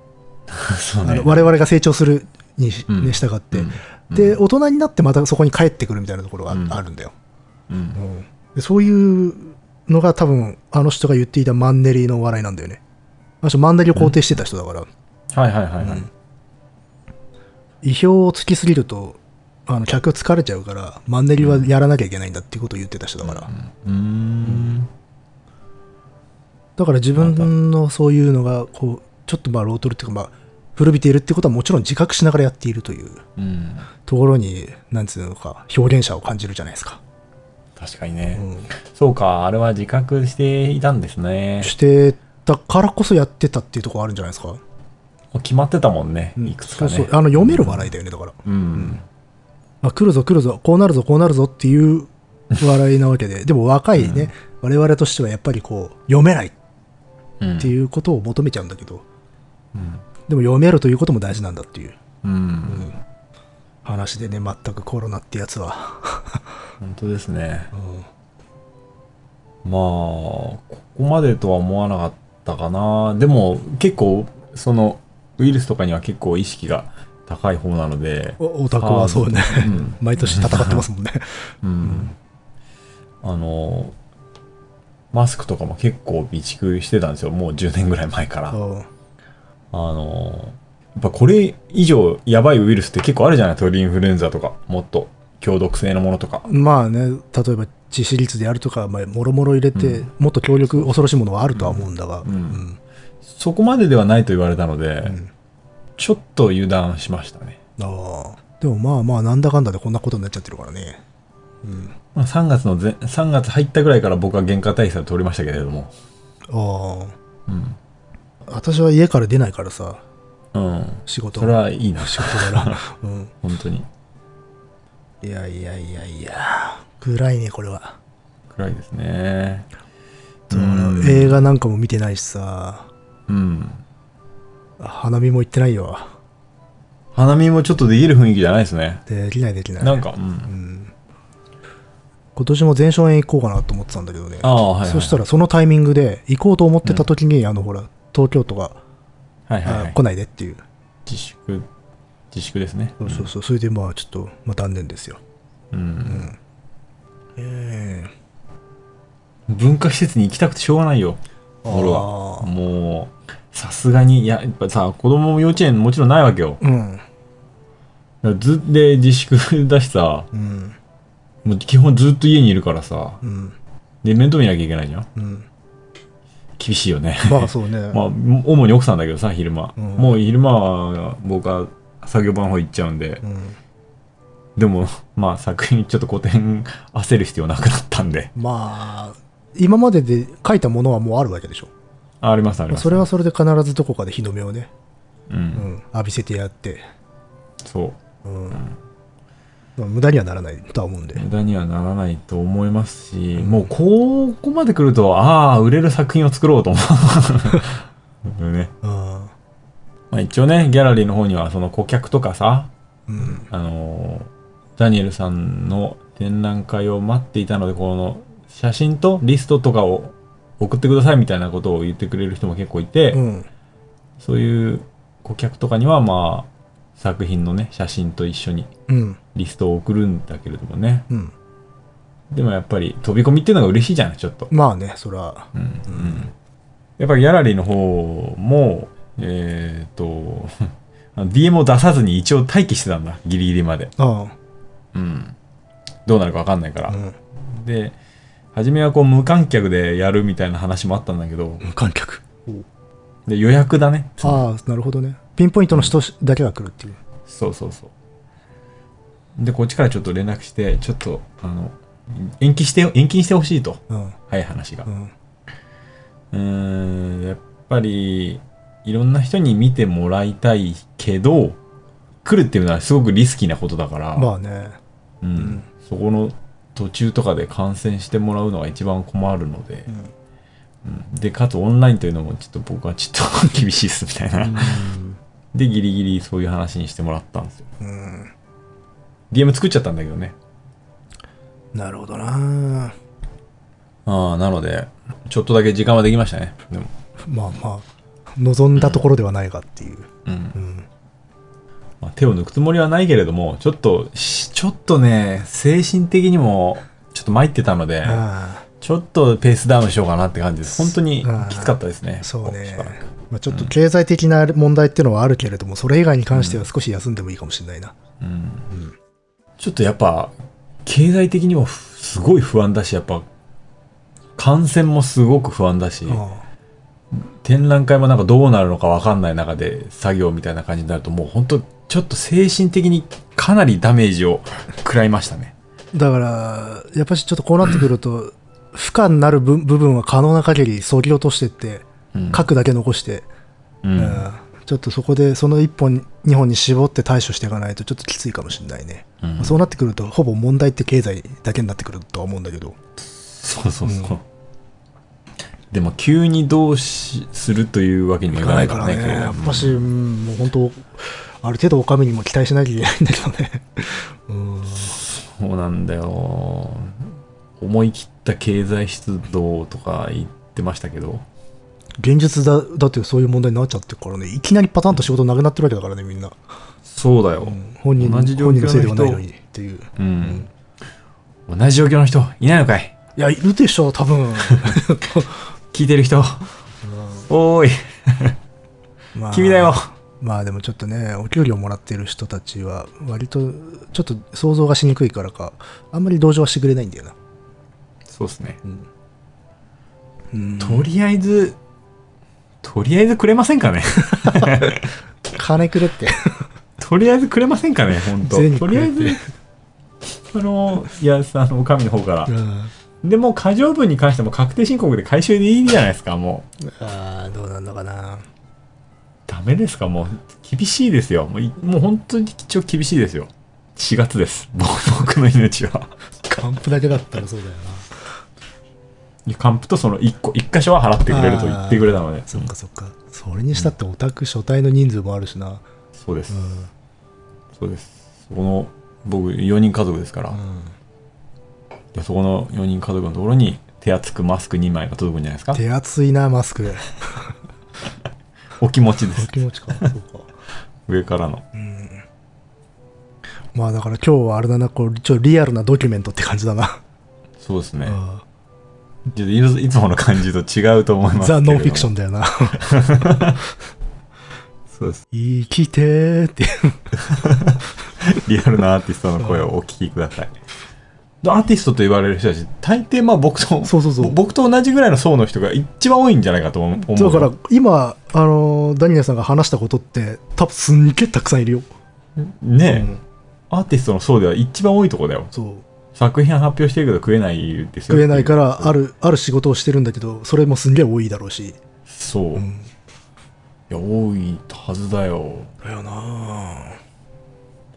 [SPEAKER 1] そう
[SPEAKER 2] あ
[SPEAKER 1] ね
[SPEAKER 2] の。我々が成長するに、
[SPEAKER 1] うん
[SPEAKER 2] ね、従って、
[SPEAKER 1] うん
[SPEAKER 2] で大人になってまたそこに帰ってくるみたいなところがあ,、
[SPEAKER 1] うん
[SPEAKER 2] あるんだよ、
[SPEAKER 1] うん
[SPEAKER 2] でそういうのが多分あの人が言っていたマンネリの笑いなんだよねあの人マンネリを肯定してた人だから、
[SPEAKER 1] はいはいはいはい。
[SPEAKER 2] 意表をつきすぎるとあの客疲れちゃうからマンネリはやらなきゃいけないんだっていうことを言ってた人だから、
[SPEAKER 1] うーん。
[SPEAKER 2] だから自分のそういうのがこうちょっとまあロートルっていうかまあ古びているってことはもちろん自覚しながらやっているという
[SPEAKER 1] うん。
[SPEAKER 2] ところになんつうのか表現者を感じるじゃないですか、
[SPEAKER 1] 確かにね
[SPEAKER 2] う。ん、
[SPEAKER 1] そうか、あれは自覚していたんですね。
[SPEAKER 2] してたからこそやってたっていうところあるんじゃないですか、
[SPEAKER 1] もう決まってたもんね。
[SPEAKER 2] うん
[SPEAKER 1] いくつかね。
[SPEAKER 2] そうそうあの読める笑いだよねだから、
[SPEAKER 1] うん。
[SPEAKER 2] あ来るぞ来るぞこうなるぞこうなるぞっていう笑いなわけででも若いね、我々としてはやっぱりこう読めないっ
[SPEAKER 1] うん
[SPEAKER 2] ていうことを求めちゃうんだけど、
[SPEAKER 1] うん。
[SPEAKER 2] でも読めるということも大事なんだっていう
[SPEAKER 1] うん。
[SPEAKER 2] 話でね全くコロナってやつは、
[SPEAKER 1] 本当ですね。
[SPEAKER 2] うん
[SPEAKER 1] まあ、ここまでとは思わなかったかな。でも、結構、その、ウイルスとかには結構意識が高い方なので。
[SPEAKER 2] おオタクはそうね
[SPEAKER 1] あーうん
[SPEAKER 2] 毎年戦ってますもんね
[SPEAKER 1] うん、あのマスクとかも結構備蓄してたんですよもう10年ぐらい前から、
[SPEAKER 2] う
[SPEAKER 1] あ
[SPEAKER 2] ん
[SPEAKER 1] のやっぱこれ以上やばいウイルスって結構あるじゃない鳥インフルエンザとかもっと強毒性のものとか
[SPEAKER 2] まあね例えば致死率であるとか、まあ、もろもろ入れて、
[SPEAKER 1] うん
[SPEAKER 2] もっと強力恐ろしいものはあるとは思うんだが、
[SPEAKER 1] んそこまでではないと言われたので、ちょっと油断しましたね、
[SPEAKER 2] ああでもまあまあなんだかんだでこんなことになっちゃってるからね
[SPEAKER 1] まあ、3月の前3月入ったぐらいから僕は原価対策取りましたけれども
[SPEAKER 2] あ
[SPEAKER 1] うん、
[SPEAKER 2] あ私は家から出ないからさ
[SPEAKER 1] うん、
[SPEAKER 2] 仕事
[SPEAKER 1] それはいいな
[SPEAKER 2] 仕事 だな、うん、
[SPEAKER 1] 本当に
[SPEAKER 2] いやいやいやいや暗いねこれは、
[SPEAKER 1] 暗いですね
[SPEAKER 2] そう映画なんかも見てないしさ
[SPEAKER 1] うん
[SPEAKER 2] 花見も行ってないよ
[SPEAKER 1] 花見もちょっとできる雰囲気じゃないですね。
[SPEAKER 2] できないできない
[SPEAKER 1] なんか、うん。
[SPEAKER 2] 今年も前哨戦行こうかなと思ってたんだけどね
[SPEAKER 1] ああ、はい、はい。
[SPEAKER 2] そしたらそのタイミングで行こうと思ってた時に、あのほら東京都が、
[SPEAKER 1] はいはい、は
[SPEAKER 2] あ
[SPEAKER 1] い
[SPEAKER 2] 来。ないでっていう
[SPEAKER 1] 自粛、自粛ですね。
[SPEAKER 2] そうそうそうそれでまあちょっと、まあ、断念ですよ
[SPEAKER 1] うん。
[SPEAKER 2] ええ
[SPEAKER 1] 文化施設に行きたくてしょうがないよ。
[SPEAKER 2] あー
[SPEAKER 1] 俺は。もう、さすがに、いや、やっぱさ、子供も幼稚園もちろんないわけよ。
[SPEAKER 2] うん
[SPEAKER 1] ずっで自粛だしさ、
[SPEAKER 2] うん
[SPEAKER 1] もう基本ずっと家にいるからさ、
[SPEAKER 2] うん
[SPEAKER 1] で、面倒見なきゃいけないじゃん。
[SPEAKER 2] うん
[SPEAKER 1] 厳しいよ ね。
[SPEAKER 2] まあそうね、
[SPEAKER 1] まあ、主に奥さんだけどさ、昼間。
[SPEAKER 2] うん
[SPEAKER 1] もう昼間は、僕は作業場の方行っちゃうんで、
[SPEAKER 2] うん、
[SPEAKER 1] でも、まあ作品ちょっと古典焦る必要なくなったんで。
[SPEAKER 2] まあ今までで書いたものはもうあるわけでしょ
[SPEAKER 1] あありますあり
[SPEAKER 2] まあ
[SPEAKER 1] ます。
[SPEAKER 2] それはそれで必ずどこかで日の目をね、
[SPEAKER 1] うん。
[SPEAKER 2] うん、浴びせてやって、
[SPEAKER 1] そう。
[SPEAKER 2] うんまあ無駄にはならないとは思うんで、
[SPEAKER 1] 無駄にはならないと思いますし、もうここまで来ると、ああ、売れる作品を作ろうと思 う。ね。
[SPEAKER 2] うん
[SPEAKER 1] まあ一応ね、ギャラリーの方にはその顧客とかさ、
[SPEAKER 2] うん
[SPEAKER 1] あのーダニエルさんの展覧会を待っていたので、この写真とリストとかを送ってくださいみたいなことを言ってくれる人も結構いて、
[SPEAKER 2] うん
[SPEAKER 1] そういう顧客とかには、まあ、作品のね、写真と一緒に
[SPEAKER 2] うん
[SPEAKER 1] リストを送るんだけれどもね。
[SPEAKER 2] うん
[SPEAKER 1] でもやっぱり飛び込みっていうのが嬉しいじゃない、ちょっと。
[SPEAKER 2] まあねそれは
[SPEAKER 1] うん。うん、やっぱりギャラリーの方も、えっ、と、 あの DM を出さずに一応待機してたんだ、ギリギリまで。
[SPEAKER 2] あ
[SPEAKER 1] うん。どうなるかわかんないから
[SPEAKER 2] あ、う。ん、
[SPEAKER 1] で、初めはこう無観客でやるみたいな話もあったんだけど、
[SPEAKER 2] 無観客
[SPEAKER 1] で予約だね
[SPEAKER 2] ああなるほどねピンポイントの人だけが来るっていう
[SPEAKER 1] そうそうそうでこっちからちょっと連絡してちょっとあの延期して延期にしてほしいと
[SPEAKER 2] うん
[SPEAKER 1] 早い話が
[SPEAKER 2] う
[SPEAKER 1] うんーんやっぱりいろんな人に見てもらいたいけど来るっていうのはすごくリスキーなことだから、
[SPEAKER 2] まあね
[SPEAKER 1] うん
[SPEAKER 2] ん
[SPEAKER 1] そこの途中とかで感染してもらうのが一番困るので、うんでかつオンラインというのもちょっと僕はちょっと厳しいっすみたいな、 でギリギリそういう話にしてもらったんですよ
[SPEAKER 2] うん、うん、
[SPEAKER 1] DM 作っちゃったんだけどね
[SPEAKER 2] なるほどな
[SPEAKER 1] ああなのでちょっとだけ時間はできましたねでも
[SPEAKER 2] まあまあ望んだところではないかっていう、
[SPEAKER 1] うん
[SPEAKER 2] うん、
[SPEAKER 1] まあ、手を抜くつもりはないけれどもちょっとしちょっとね精神的にもちょっと参ってたので
[SPEAKER 2] あ
[SPEAKER 1] ちょっとペースダウンしようかなって感じです本当に
[SPEAKER 2] あー
[SPEAKER 1] きつかったですね
[SPEAKER 2] あそうね
[SPEAKER 1] しばらく、
[SPEAKER 2] まあ、ちょっと経済的な問題っていうのはあるけれどもそれ以外に関しては少し休んでもいいかもしれないな、
[SPEAKER 1] うんちょっとやっぱ経済的にもふすごい不安だしやっぱ感染もすごく不安だし、
[SPEAKER 2] あ
[SPEAKER 1] 展覧会もなんかどうなるのかわかんない中で作業みたいな感じになるともう本当ちょっと精神的にかなりダメージを食らいましたね。
[SPEAKER 2] あだからやっぱりちょっとこうなってくると負荷になる部部分は可能な限り削ぎ落としてって
[SPEAKER 1] うん
[SPEAKER 2] 核だけ残して、
[SPEAKER 1] うん
[SPEAKER 2] うんちょっとそこでその1本2本に絞って対処していかないとちょっときついかもしれないね、
[SPEAKER 1] うん
[SPEAKER 2] そうなってくるとほぼ問題って経済だけになってくるとは思うんだけど
[SPEAKER 1] そうそうそう。でも急にどうしするというわけにはいかないからね。
[SPEAKER 2] やっ
[SPEAKER 1] これ
[SPEAKER 2] ぱし、うんもう本当ある程度お上にも期待しなきゃいけないんだけどね うん
[SPEAKER 1] そうなんだよ。思い切った経済出動とか言ってましたけど。
[SPEAKER 2] 現実だだってそういう問題になっちゃってるからねいきなりパターンと仕事なくなってるわけだからねみんな、
[SPEAKER 1] そうだよ。
[SPEAKER 2] うん本人
[SPEAKER 1] 同じ状況
[SPEAKER 2] 本
[SPEAKER 1] の
[SPEAKER 2] 人
[SPEAKER 1] 人
[SPEAKER 2] のせいではないのにっていう
[SPEAKER 1] うん。同じ状況の人、いないのかい
[SPEAKER 2] いやいるでしょう 多分
[SPEAKER 1] 聞いてる人。おーい、
[SPEAKER 2] まあ
[SPEAKER 1] 君だよ。
[SPEAKER 2] まあでもちょっとねお給料もらってる人たちは割とちょっと想像がしにくいからかあんまり同情はしてくれないんだよな、
[SPEAKER 1] そうですね。
[SPEAKER 2] うん、
[SPEAKER 1] とりあえず、とりあえずくれませんかね
[SPEAKER 2] 金くれって
[SPEAKER 1] とりあえずくれませんかね本当
[SPEAKER 2] 銭
[SPEAKER 1] と
[SPEAKER 2] くれ
[SPEAKER 1] りあえ
[SPEAKER 2] て
[SPEAKER 1] ず、あの、いや、あの、神の方から
[SPEAKER 2] う。ん
[SPEAKER 1] でも、過剰分に関しても確定申告で回収でいいじゃないですか、もう。
[SPEAKER 2] ああどうなんのかな
[SPEAKER 1] ダメですか、もう。厳しいですよ。もうい、もう本当に一応厳しいですよ。4月です。もう僕の命は。
[SPEAKER 2] 還付だけだったらそうだよな。
[SPEAKER 1] いや還付とその1個、一箇所は払ってくれると言ってくれたので。
[SPEAKER 2] そっかそっか。それにしたってオタク所帯の人数もあるしな。
[SPEAKER 1] そうです。
[SPEAKER 2] うん。
[SPEAKER 1] そうです。そこの、僕、4人家族ですから、
[SPEAKER 2] うん
[SPEAKER 1] でそこの4人家族のところに、手厚くマスク2枚が届くんじゃないですか
[SPEAKER 2] 手厚いな、マスク。
[SPEAKER 1] お気持ちです
[SPEAKER 2] お。気持 ちか。そうか。
[SPEAKER 1] 上からの。
[SPEAKER 2] まあだから今日はあれだな、こう、ちょ、リアルなドキュメントって感じだな。
[SPEAKER 1] そうですね
[SPEAKER 2] う。ん
[SPEAKER 1] ちょっといついつもの感じと違うと思いますけ
[SPEAKER 2] ザ・
[SPEAKER 1] れども。
[SPEAKER 2] ノンフィクショ
[SPEAKER 1] ン。
[SPEAKER 2] ンだよな。
[SPEAKER 1] そうです。
[SPEAKER 2] 生きてーって。
[SPEAKER 1] リアルなアーティストの声をお聞きください。アーティストと言われる人たち、大抵まあ僕と、
[SPEAKER 2] そうそうそう
[SPEAKER 1] 僕と同じぐらいの層の人が一番多いんじゃないかと思う。
[SPEAKER 2] だから今、あのー、ダニエルさんが話したことって、多分すんげえたくさんいるよ。
[SPEAKER 1] ねえ、
[SPEAKER 2] うん
[SPEAKER 1] アーティストの層では一番多いとこだよ。
[SPEAKER 2] そう。
[SPEAKER 1] 作品は発表してるけど食えないですよ。
[SPEAKER 2] 食えないから、あ
[SPEAKER 1] る。
[SPEAKER 2] る、ある仕事をしてるんだけど、それもすんげえ多いだろうし。
[SPEAKER 1] そう。
[SPEAKER 2] う
[SPEAKER 1] い
[SPEAKER 2] ん。
[SPEAKER 1] や、多いはずだよ。
[SPEAKER 2] だよな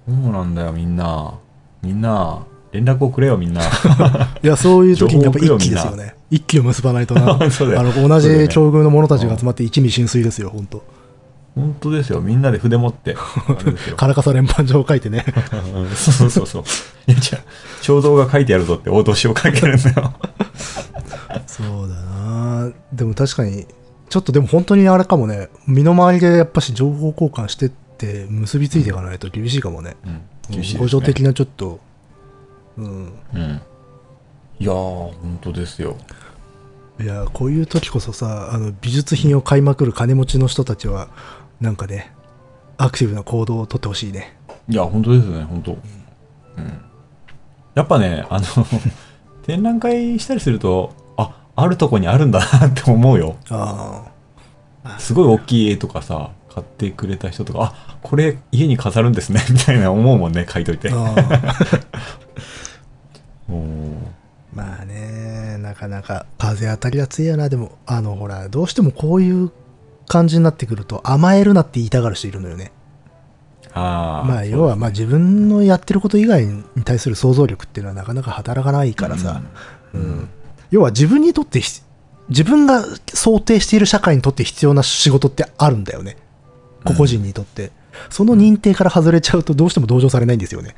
[SPEAKER 1] そうなんだよ、みんな。みんな、連絡をくれよ、み んな。
[SPEAKER 2] いや、そういう時にやっぱ
[SPEAKER 1] 情報供養
[SPEAKER 2] 一気
[SPEAKER 1] みん
[SPEAKER 2] で
[SPEAKER 1] な
[SPEAKER 2] すよね。一気を結ばないとな。あ
[SPEAKER 1] そうだよ
[SPEAKER 2] の同じ境遇の者たちが集まって一味浸水ですよ、本当。
[SPEAKER 1] 本当ですよ、みんなで筆持って。あれ ですよ
[SPEAKER 2] からかさ連番状を書 いてね。
[SPEAKER 1] うんそうそうそうそう。いや、じゃあ、 肖像が書いてやるぞって脅しをかけるんだよ。
[SPEAKER 2] そうだなでも確かに、ちょっとでも本当にあれかもね、身の回りでやっぱし情報交換してって結びついていかないと厳しいかもね。
[SPEAKER 1] うん、
[SPEAKER 2] うん
[SPEAKER 1] 厳しいですね
[SPEAKER 2] 補助的なちょっと、うん。
[SPEAKER 1] うん。いやー、本当ですよ。
[SPEAKER 2] いや、こういう時こそさ、あの美術品を買いまくる金持ちの人たちは、なんかね、アクティブな行動をとってほしいね。
[SPEAKER 1] いや、本当ですね、本当。うん。やっぱね、あの、 展覧会したりすると、あ、あるとこにあるんだなって思うよ。
[SPEAKER 2] ああ。
[SPEAKER 1] すごい大きい絵とかさ、買ってくれた人とか、あ、これ家に飾るんですね、みたいな思うもんね、書いといて。
[SPEAKER 2] あー
[SPEAKER 1] おー
[SPEAKER 2] まあね、なかなか風当たりが強いよな。でも、あの、ほら、どうしてもこういう感じになってくると甘えるなって言いたがる人いるのよね。
[SPEAKER 1] あー
[SPEAKER 2] まあ、要はまあ自分のやってること以外に対する想像力っていうのはなかなか働かないからさ、うん要は自分にとってひ自分が想定している社会にとって必要な仕事ってあるんだよね個々人にとって、その認定から外れちゃうとどうしても同情されないんですよね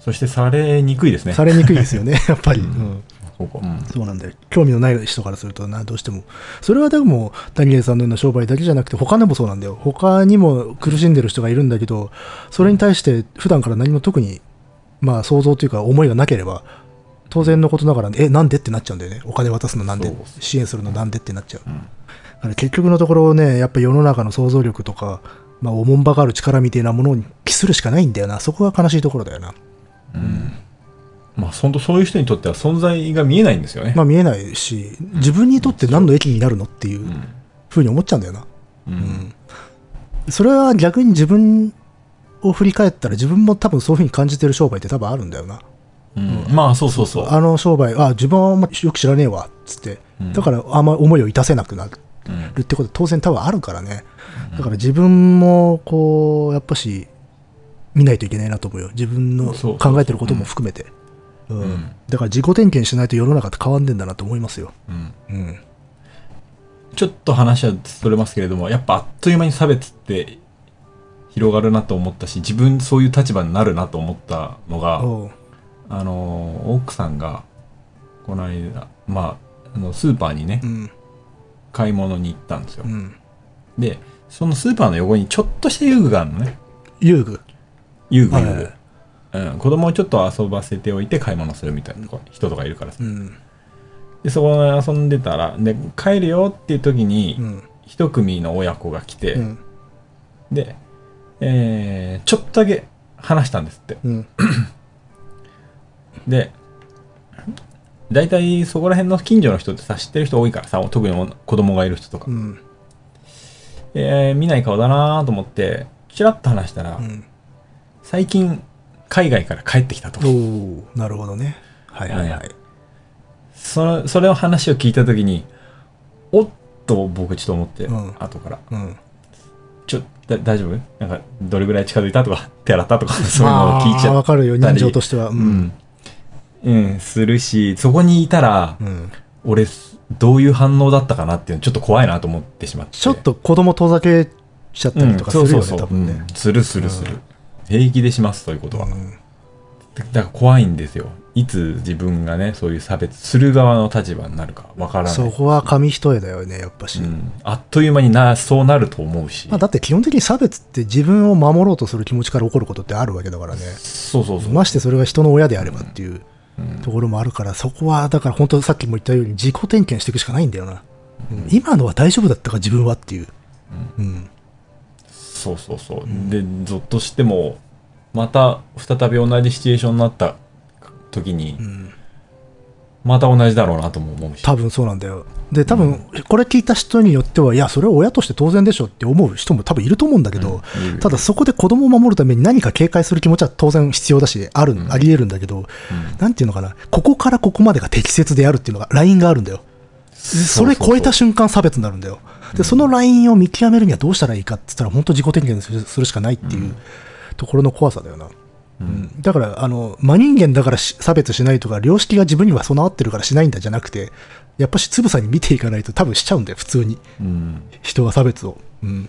[SPEAKER 1] そしてされにくいですね。
[SPEAKER 2] されにくいですよねやっぱり、うん
[SPEAKER 1] そうかうん
[SPEAKER 2] そうなんだよ興味のない人からするとなどうしてもそれはでも谷江さんのような商売だけじゃなくて他でもそうなんだよ他にも苦しんでる人がいるんだけどそれに対して普段から何も特にまあ想像というか思いがなければ当然のことながら、えなんでってなっちゃうんだよねお金渡すのなんで
[SPEAKER 1] そう
[SPEAKER 2] 支援するのなんでってなっちゃう、だから結局のところねやっぱ世の中の想像力とか、まあ、おもんばかる力みたいなものに帰するしかないんだよなそこが悲しいところだよな
[SPEAKER 1] まあ、本当そういう人にとっては存在が見えないんですよね。
[SPEAKER 2] まあ見えないし、自分にとって何の益になるのっていうふうに思っちゃうんだよな。
[SPEAKER 1] うん
[SPEAKER 2] それは逆に自分を振り返ったら自分も多分そういうふうに感じてる商売って多分あるんだよな。
[SPEAKER 1] うんまあ、そうそうそう。
[SPEAKER 2] あの商売、あ、自分はあんまよく知らねえわ、つって。だからあんま思いをいたせなくなるってこと当然多分あるからね。だから自分もこう、やっぱし見ないといけないなと思うよ。自分
[SPEAKER 1] そ
[SPEAKER 2] の
[SPEAKER 1] うそう
[SPEAKER 2] 考えてることも含めて。うんだから自己点検しないと世の中って変わんねえんだなと思いますよ。
[SPEAKER 1] うん
[SPEAKER 2] うん。
[SPEAKER 1] ちょっと話はそれますけれども、やっぱあっという間に差別って広がるなと思ったし、自分そういう立場になるなと思ったのが、
[SPEAKER 2] おう
[SPEAKER 1] あの、奥さんが、この間、まあ、あのスーパーにね、
[SPEAKER 2] うん。
[SPEAKER 1] 買い物に行ったんですよ
[SPEAKER 2] う。ん。
[SPEAKER 1] で、そのスーパーの横にちょっとした遊具があるのね。
[SPEAKER 2] 遊具。
[SPEAKER 1] 遊具、
[SPEAKER 2] はい
[SPEAKER 1] 遊具。うん、子供をちょっと遊ばせておいて買い物するみたいなとこ人とかいるからさ
[SPEAKER 2] う。ん。
[SPEAKER 1] で、そこで遊んでたら、で、帰るよっていう時
[SPEAKER 2] う
[SPEAKER 1] に、
[SPEAKER 2] ん。
[SPEAKER 1] 一組の親子が来て、
[SPEAKER 2] うん。
[SPEAKER 1] で、えーちょっとだけ話したんですって。
[SPEAKER 2] うん。
[SPEAKER 1] で、大体そこら辺の近所の人ってさ、知ってる人多いからさ、特に子供がいる人とか、
[SPEAKER 2] うん。
[SPEAKER 1] えー見ない顔だなーと思って、ちらっと話したら、
[SPEAKER 2] うん。
[SPEAKER 1] 最近、海外から帰ってきたと。
[SPEAKER 2] おおなるほどね。はいはいは。
[SPEAKER 1] はいその、それの話を聞いたときに、おっと僕ちょっと思って、
[SPEAKER 2] うん
[SPEAKER 1] 後から、
[SPEAKER 2] うん。
[SPEAKER 1] ちょ、だ大丈夫なんか、どれぐらい近づいたとか、手洗ったとか、 そういうのを聞いち
[SPEAKER 2] あー
[SPEAKER 1] ゃ
[SPEAKER 2] わ
[SPEAKER 1] った
[SPEAKER 2] かるよ、
[SPEAKER 1] り。
[SPEAKER 2] 人情としては。う。
[SPEAKER 1] うんん。うん、するし、そこにいたら、
[SPEAKER 2] うん。
[SPEAKER 1] 俺、どういう反応だったかなっていうの、ちょっと怖いなと思ってしまって。
[SPEAKER 2] ちょっと子供遠ざけちゃっ
[SPEAKER 1] う
[SPEAKER 2] たり
[SPEAKER 1] ん、
[SPEAKER 2] とかす
[SPEAKER 1] そう
[SPEAKER 2] る
[SPEAKER 1] そうそ
[SPEAKER 2] よね、
[SPEAKER 1] う
[SPEAKER 2] 多分ね。
[SPEAKER 1] うんするするする。平気でします、そういうことは。
[SPEAKER 2] うん
[SPEAKER 1] だから怖いんですよ。いつ自分がね、そういう差別する側の立場になるかわからない。
[SPEAKER 2] そこは紙一重だよね、やっぱし
[SPEAKER 1] う。ん、あっという間にな、そうなると思うし。
[SPEAKER 2] まあ、だって基本的に差別って自分を守ろうとする気持ちから起こることってあるわけだからね。
[SPEAKER 1] そうそうそう。
[SPEAKER 2] ましてそれが人の親であればっていうところもあるから、そこはだから本当さっきも言ったように自己点検していくしかないんだよな。うん今のは大丈夫だったか自分はっていう。うん。
[SPEAKER 1] そうそうそう。で、ゾッとしても、また再び同じシチュエーションになった時に、
[SPEAKER 2] ん
[SPEAKER 1] また同じだろうなとも思うし。
[SPEAKER 2] 多分そうなんだよ。で、多分これ聞いた人によっては、いや、それは親として当然でしょって思う人も多分いると思うんだけど、
[SPEAKER 1] うんいる
[SPEAKER 2] ただそこで子供を守るために何か警戒する気持ちは当然必要だし、ある、あり得るんだけど、なんていうのかな、ここからここまでが適切であるっていうのが、ラインがあるんだよ。でそれ超えた瞬間差別になるんだよ。で、そのラインを見極めるにはどうしたらいいかって言ったら、本当自己点検するするしかないっていうところの怖さだよな。うんだから、あの、真人間だからし差別しないとか、良識が自分には備わってるからしないんだじゃなくて、やっぱしつぶさに見ていかないと多分しちゃうんだよ、普通に。
[SPEAKER 1] うん。
[SPEAKER 2] 人が差別を。うん。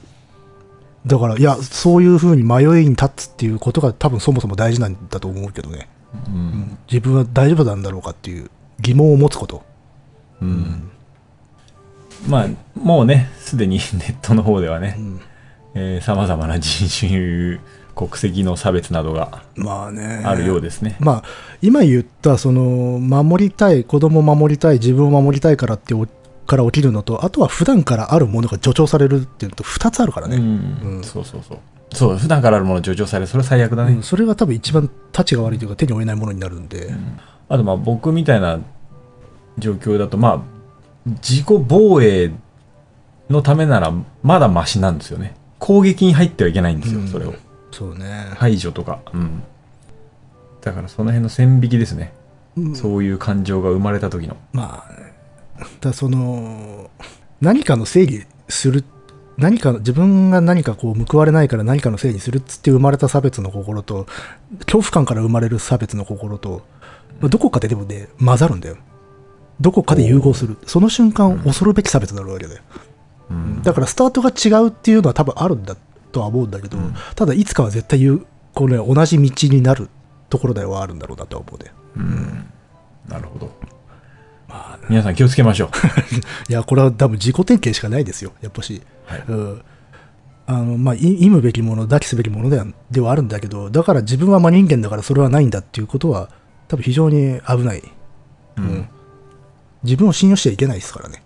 [SPEAKER 2] だから、いや、そういうふうに迷いに立つっていうことが多分そもそも大事なんだと思うけどね。うん自分は大丈夫なんだろうかっていう疑問を持つこと。
[SPEAKER 1] まあ、もうね、すでに ネットの方ではね、えー、様々な人種、国籍の差別などが
[SPEAKER 2] まあね。
[SPEAKER 1] あるようですね。
[SPEAKER 2] まあ、今言った、その、守りたい、子供を守りたい、自分を守りたいからってお、から起きるのと、あとは普段からあるものが助長されるっていうのと、二つあるからね。
[SPEAKER 1] うん、そうそうそう。そう、普段からあるもの助長される、それは最悪だね。
[SPEAKER 2] うんそれが多分一番立ちが悪いというか手に負えないものになるんで、
[SPEAKER 1] あとまあ僕みたいな状況だとまあ自己防衛のためならまだマシなんですよね攻撃に入ってはいけないんですよ、
[SPEAKER 2] うん
[SPEAKER 1] それを
[SPEAKER 2] そうね、
[SPEAKER 1] 排除とかうんだからその辺の線引きですね、
[SPEAKER 2] うん
[SPEAKER 1] そういう感情が生まれた時の
[SPEAKER 2] まあだその何かの正義する何か自分が何かこう報われないから何かのせいにするっつって生まれた差別の心と恐怖感から生まれる差別の心と、まあどこかででもね混ざるんだよどこかで融合するその瞬間恐るべき差別になるわけだよ
[SPEAKER 1] うん
[SPEAKER 2] だからスタートが違うっていうのは多分あるんだとは思うんだけど、ただいつかは絶対言うこれ同じ道になるところではあるんだろうなとは思うね
[SPEAKER 1] なるほど、皆さん気をつけましょう
[SPEAKER 2] いや、これは多分自己点検しかないですよ、やっぱし。
[SPEAKER 1] はい
[SPEAKER 2] うんあのまあ、い忌むべきもの、抱きすべきものではではあるんだけど、だから自分は真人間だからそれはないんだっていうことは、多分非常に危ない。 うん自分を信用しちゃいけないですからね、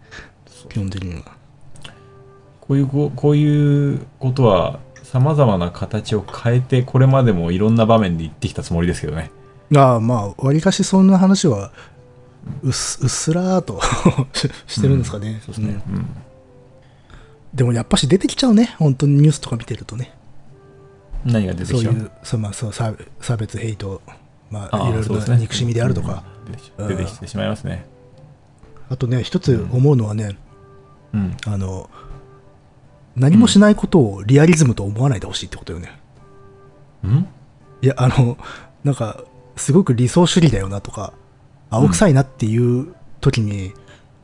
[SPEAKER 2] 基本的には。
[SPEAKER 1] こういうここういうことはさまざまな形を変えてこれまでもいろんな場面で言ってきたつもりですけどね
[SPEAKER 2] ああまあ、わりかしそんな話はうっす、うっすらーと ししてるんですかね。
[SPEAKER 1] そうですね、うん
[SPEAKER 2] でもやっぱし出てきちゃうね、本当にニュースとか見てるとね。
[SPEAKER 1] 何が出て
[SPEAKER 2] そう
[SPEAKER 1] き
[SPEAKER 2] い
[SPEAKER 1] ちゃう
[SPEAKER 2] うそう、まあ、そう差差別、ヘイト、ま
[SPEAKER 1] あ
[SPEAKER 2] あ、
[SPEAKER 1] あ
[SPEAKER 2] いろい
[SPEAKER 1] そう
[SPEAKER 2] ろ
[SPEAKER 1] です
[SPEAKER 2] な
[SPEAKER 1] ね
[SPEAKER 2] 憎しみであるとか、
[SPEAKER 1] 出てき出てきてしまいますね
[SPEAKER 2] あとね、一つ思うのはね、
[SPEAKER 1] うん
[SPEAKER 2] あの何もしないことをリアリズムと思わないでほしいってことよね。
[SPEAKER 1] うん
[SPEAKER 2] いや、あの、なんか、すごく理想主義だよなとか、青臭いなっていう時に、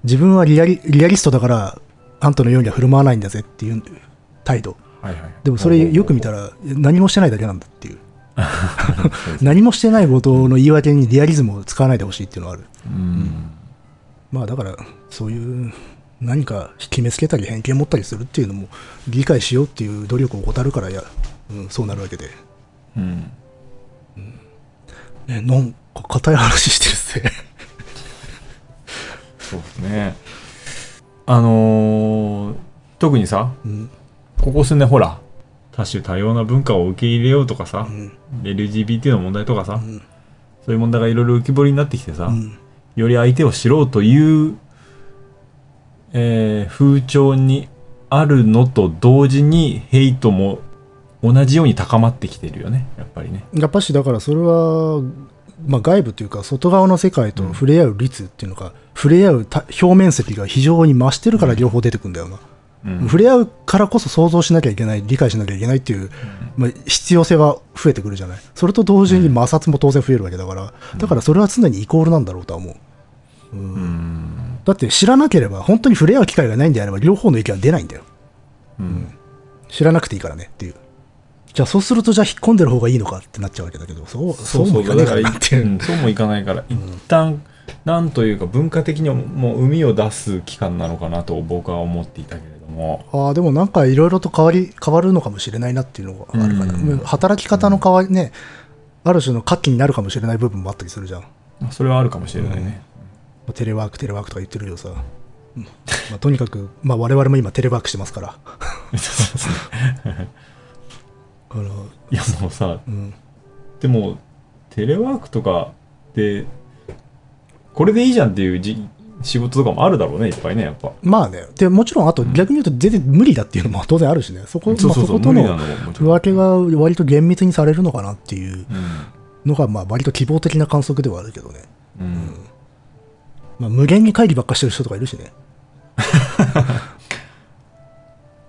[SPEAKER 2] 自分はリアリリアリストだから、あんたのようには振る舞わないんだぜっていう態度。
[SPEAKER 1] はいはい
[SPEAKER 2] でもそれよく見た
[SPEAKER 1] ら
[SPEAKER 2] ら、何もしてないだけなんだっていう。 何もしてないことの言い訳にリアリズムを使わないでほしいっていうのはある。
[SPEAKER 1] うん
[SPEAKER 2] まあだから、そういう何か決めつけたり偏見持ったりするっていうのも理解しようっていう努力を怠るからや、うん、そうなるわけで。
[SPEAKER 1] うん
[SPEAKER 2] ね、なんか硬い話してるっすね。
[SPEAKER 1] そうですねあのー特にさ
[SPEAKER 2] うん。
[SPEAKER 1] ここ数年ほら多種多様な文化を受け入れようとかさ、
[SPEAKER 2] ん
[SPEAKER 1] LGBT の問題とかさ、
[SPEAKER 2] ん
[SPEAKER 1] そういう問題がいろいろ浮き彫りになってきてさ、
[SPEAKER 2] うん。
[SPEAKER 1] より相手を知ろうという、えー風潮にあるのと同時にヘイトも同じように高まってきてるよねやっぱりね
[SPEAKER 2] やっぱしだからそれは、まあ、外部というか外側の世界と触れ合う率っていうのか、触れ合うた表面積が非常に増してるから両方出てくんだよな、
[SPEAKER 1] うん
[SPEAKER 2] 触れ合うからこそ想像しなきゃいけない理解しなきゃいけないっていう、まあ、必要性は増えてくるじゃないそれと同時に摩擦も当然増えるわけだから、だからそれは常にイコールなんだろうとは思う
[SPEAKER 1] うん
[SPEAKER 2] だって知らなければ本当に触れ合う機会がないんであれば両方の意見は出ないんだよ
[SPEAKER 1] うん
[SPEAKER 2] 知らなくていいからねっていうじゃあそうするとじゃあ引っ込んでる方がいいのかってなっちゃうわけだけどそうそうもいかねえからなっていう
[SPEAKER 1] だからうんそうもいかないから一旦なんというか文化的にももう海を出す期間なのかなと僕は思っていたけれども
[SPEAKER 2] ああでもなんかいろいろと変わり変わるのかもしれないなっていうのがあるから、
[SPEAKER 1] うん
[SPEAKER 2] 働き方の変わりね、ある種の活気になるかもしれない部分もあったりするじゃん
[SPEAKER 1] まあそれはあるかもしれないね、
[SPEAKER 2] テレワークテレワークとか言ってるけどさ、うんまあ、とにかく、 まあ、我々も今テレワークしてますから あの、
[SPEAKER 1] いやもうさ
[SPEAKER 2] うん、
[SPEAKER 1] でもテレワークとかでこれでいいじゃんっていうじ仕事とかもあるだろうねいっぱいねやっぱ
[SPEAKER 2] まあねでもちろんあと逆に言うと全然無理だっていうのも当然あるしねそ
[SPEAKER 1] そ
[SPEAKER 2] こ
[SPEAKER 1] うそう
[SPEAKER 2] まあ
[SPEAKER 1] そ
[SPEAKER 2] そうこと
[SPEAKER 1] 無理な
[SPEAKER 2] の
[SPEAKER 1] のももちろん
[SPEAKER 2] 分けが割と厳密にされるのかなっていう
[SPEAKER 1] う
[SPEAKER 2] のが、まあ、割と希望的な観測ではあるけどね、
[SPEAKER 1] ん、うん、
[SPEAKER 2] まあ、無限に会議ばっかしてる人とかいるしね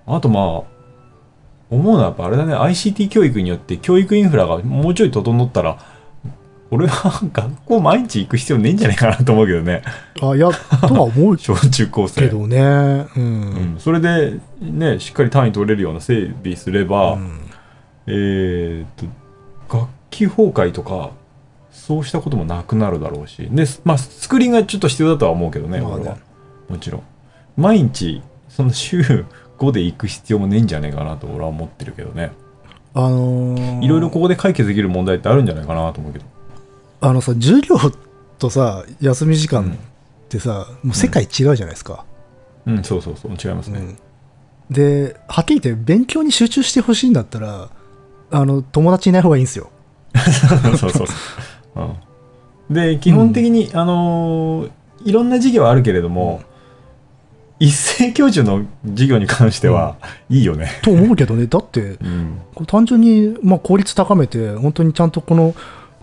[SPEAKER 1] あとまあ思うのはやっぱあれだね ICT 教育によって教育インフラがもうちょい整ったら俺は学校毎日行く必要ねえんじゃないかなと思うけどね
[SPEAKER 2] あいやとは思う
[SPEAKER 1] 小中高生、
[SPEAKER 2] けどねう、
[SPEAKER 1] うんん、それでねしっかり単位取れるような整備すれば、
[SPEAKER 2] うん
[SPEAKER 1] えーっと楽器崩壊とかそうしたこともなくなるだろうしで、まあ、スクリーンがちょっと必要だとは思うけどね,、
[SPEAKER 2] まあね
[SPEAKER 1] 俺はもちろん毎日その週5で行く必要もねえんじゃねえかなと俺は思ってるけどね
[SPEAKER 2] あのー
[SPEAKER 1] いろいろここで解決できる問題ってあるんじゃないかなと思うけど
[SPEAKER 2] あのさ授業とさ休み時間ってさ、もう世界違うじゃないですか、
[SPEAKER 1] うんそうそうそう違います
[SPEAKER 2] う
[SPEAKER 1] ね、
[SPEAKER 2] んではっきり言って勉強に集中してほしいんだったらあの友達いない方がいいんですよ
[SPEAKER 1] そうそうそう、うん、で基本的に、あのーいろんな事業あるけれども、一斉教授の授業に関しては、いいよね。
[SPEAKER 2] と思うけ どね、だって、
[SPEAKER 1] うん。
[SPEAKER 2] これ単純に、まあ、効率高めて、本当にちゃんとこの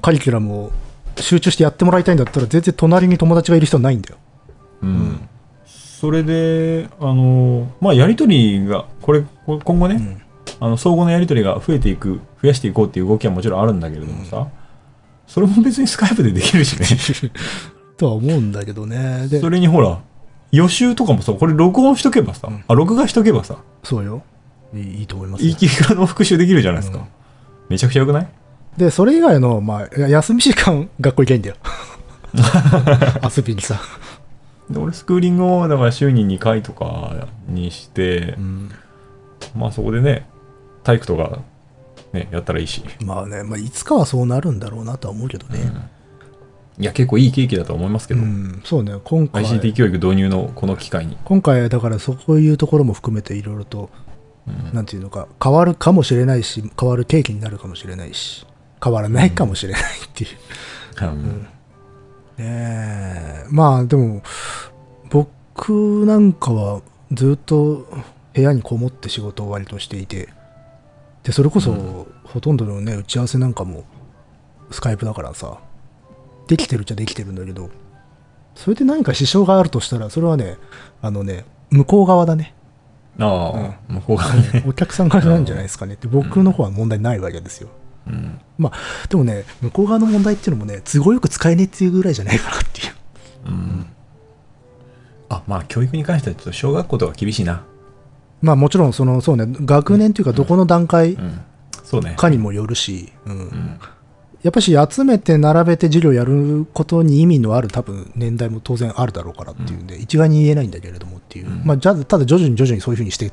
[SPEAKER 2] カリキュラムを集中してやってもらいたいんだったら、全然隣に友達がいる人はないんだよ。
[SPEAKER 1] うん。それで、あの、まあ、やりとりが、これ、こ今後ね、
[SPEAKER 2] うん
[SPEAKER 1] あの、総合のやりとりが増えていく、増やしていこうっていう動きはもちろんあるんだけれどもさ、それも別にスカイプでできるしね。
[SPEAKER 2] とは思うんだけどね。で
[SPEAKER 1] そ、れにほら、予習とかもさ、これ録音しとけばさ、あ、録画しとけばさ、
[SPEAKER 2] そうよ。いいいいと思います
[SPEAKER 1] いい
[SPEAKER 2] ね。
[SPEAKER 1] 気がの復習できるじゃないですか。めちゃくちゃよくない
[SPEAKER 2] で、それ以外の、まあ、や休み時間、学校行けばいいんだよ。遊びにさ。
[SPEAKER 1] で俺、スクーリングを、だから週に2回とかにして、
[SPEAKER 2] うん
[SPEAKER 1] まあそこでね、体育とか、ね、やったらいいし。
[SPEAKER 2] まあね、まあ、いつかはそうなるんだろうなとは思うけどね。
[SPEAKER 1] いや、結構いい契機だと思いますけ
[SPEAKER 2] う
[SPEAKER 1] ど、
[SPEAKER 2] ん、そうね、今回、
[SPEAKER 1] ICT 教育導入のこの機会に。
[SPEAKER 2] 今回、だからそういうところも含めていろいろと、なんていうのか、変わるかもしれないし、変わる契機になるかもしれないし、変わらないかもしれないっていう。
[SPEAKER 1] うん
[SPEAKER 2] ねえまあでも僕なんかはずっと部屋にこもって仕事を割としていてでそれこそほとんどのね打ち合わせなんかもスカイプだからさできてるっちゃできてるんだけどそれで何か支障があるとしたらそれはねあのね向こう側だね
[SPEAKER 1] ああ、向こう側ね。
[SPEAKER 2] お客さん側なんじゃないですかねって僕の方は問題ないわけですよ
[SPEAKER 1] うん
[SPEAKER 2] まあでもね向こう側の問題っていうのもね都合よく使えねえっていうぐらいじゃないかなっていう
[SPEAKER 1] うんあ、まあ教育に関してはちょっと小学校とか厳しいな。
[SPEAKER 2] まあもちろんそのそうね学年というかどこの段階
[SPEAKER 1] うん。そうね。
[SPEAKER 2] かにもよるし、うん
[SPEAKER 1] ん
[SPEAKER 2] やっぱし集めて並べて授業やることに意味のある多分年代も当然あるだろうからっていうんで、一概に言えないんだけれどもっていう、まあじゃあただ徐々に徐々にそういうふうにしてい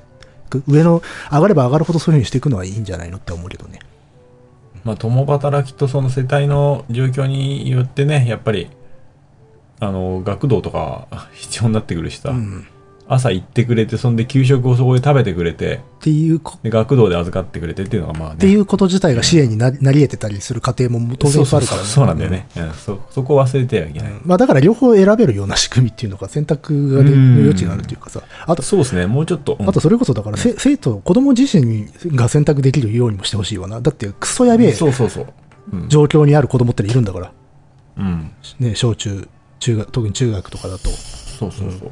[SPEAKER 2] く上の上がれば上がるほどそういうふうにしていくのはいいんじゃないのって思うけどね
[SPEAKER 1] まあ、共働きとその世帯の状況によってね、やっぱり、あの、学童とか 必要になってくるしさ、朝行ってくれて、そんで給食をそこで食べてくれて、
[SPEAKER 2] っていうこ
[SPEAKER 1] で、学童で預かってくれてっていうのがまあね。
[SPEAKER 2] っていうこと自体が支援にななり得てたりする過程も当然いっぱいあるからね
[SPEAKER 1] そうそうそうそうなんだよね。うん、そ、そこを忘れてはいけない。
[SPEAKER 2] まあだから両方選べるような仕組みっていうのが選択がで
[SPEAKER 1] うん
[SPEAKER 2] 余地があるというかさあと
[SPEAKER 1] そうですね、もうちょっと。うん
[SPEAKER 2] あとそれこそだから、せ生徒、子供自身が選択できるようにもしてほしいわな。だって、クソやべえ
[SPEAKER 1] そうそうそう。うん。
[SPEAKER 2] 状況にある子供ってのいるんだから。
[SPEAKER 1] うん、
[SPEAKER 2] ね、小中、中学、特に中学とかだと。
[SPEAKER 1] そうそうそう。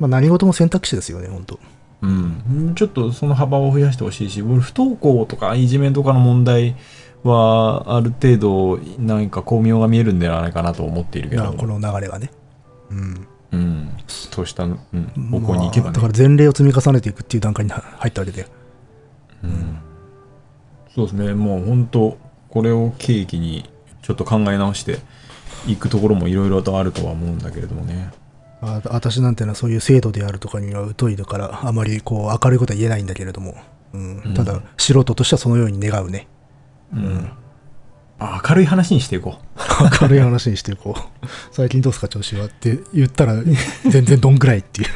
[SPEAKER 2] まあ何事も選択肢ですよね、本当
[SPEAKER 1] うん、ちょっとその幅を増やしてほしいし、俺不登校とかいじめとかの問題は、ある程度、なんか巧妙が見えるんではないかなと思っているけ
[SPEAKER 2] な
[SPEAKER 1] ど、
[SPEAKER 2] この流れはね。うん。
[SPEAKER 1] うん、そうした、うん、方向に行けば
[SPEAKER 2] まあ
[SPEAKER 1] ね、
[SPEAKER 2] だから前例を積み重ねていくっていう段階には入ったわけで。
[SPEAKER 1] そうですね、もう本当、これを契機に、ちょっと考え直していくところもいろいろとあるとは思うんだけれどもね。
[SPEAKER 2] まあ私なんてのはそういう制度であるとかには疎いだから、あまりこう明るいことは言えないんだけれども。うん、ただ、素人としてはそのように願うね。
[SPEAKER 1] あ明るい話にしていこう。
[SPEAKER 2] 明るい話にしてこう最近どうすか調子はって言ったら全然どんぐらいっていう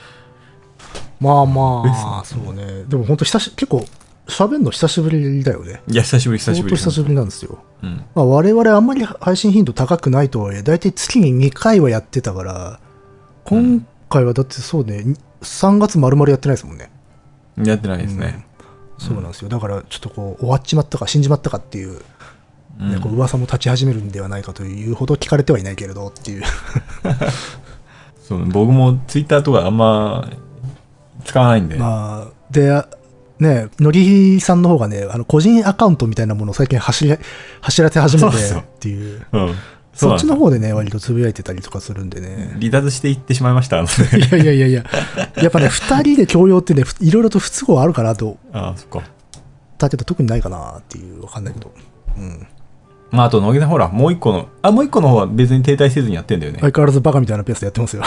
[SPEAKER 2] まあまあそうねでも本当久し結構喋るの久しぶりだよね
[SPEAKER 1] いや、久しぶり、久し
[SPEAKER 2] 相
[SPEAKER 1] ぶ
[SPEAKER 2] 当
[SPEAKER 1] り。
[SPEAKER 2] 久しぶりなんですよ、
[SPEAKER 1] うん。
[SPEAKER 2] まあ、我々あんまり配信頻度高くないとはいえ大体月に2回はやってたから今回はだってそうね3月丸々やってないですもんね
[SPEAKER 1] やってないですね。
[SPEAKER 2] そうなんですよだからちょっとこう終わっちまったか死んじまったかっていう,、ねこう噂も立ち始めるんではないかというほど聞かれてはいないけれどっていう
[SPEAKER 1] そう僕もツイッターとかあんま使わないんで。
[SPEAKER 2] まあ であねのりさんの方がねあの個人アカウントみたいなものを最近走り走らせ始めてっていう
[SPEAKER 1] うん。
[SPEAKER 2] そ
[SPEAKER 1] そうなん
[SPEAKER 2] っ
[SPEAKER 1] で
[SPEAKER 2] ち
[SPEAKER 1] すよ
[SPEAKER 2] の方でね割とつぶやいてたりとかするんでね
[SPEAKER 1] 離脱していってしまいました。あの
[SPEAKER 2] い
[SPEAKER 1] ね
[SPEAKER 2] やいやいやいややっぱね2人で共用ってねふいろいろと不都合あるかなと
[SPEAKER 1] ああ、そっか。
[SPEAKER 2] だけど特にないかなっていうわかんないけど、うん、
[SPEAKER 1] まあ、あと、乃木さん、ほら、もう一個の、あ、もう一個の方は別に停滞せずにやってんだよね。
[SPEAKER 2] 相変わらずバカみたいなペースでやってますよ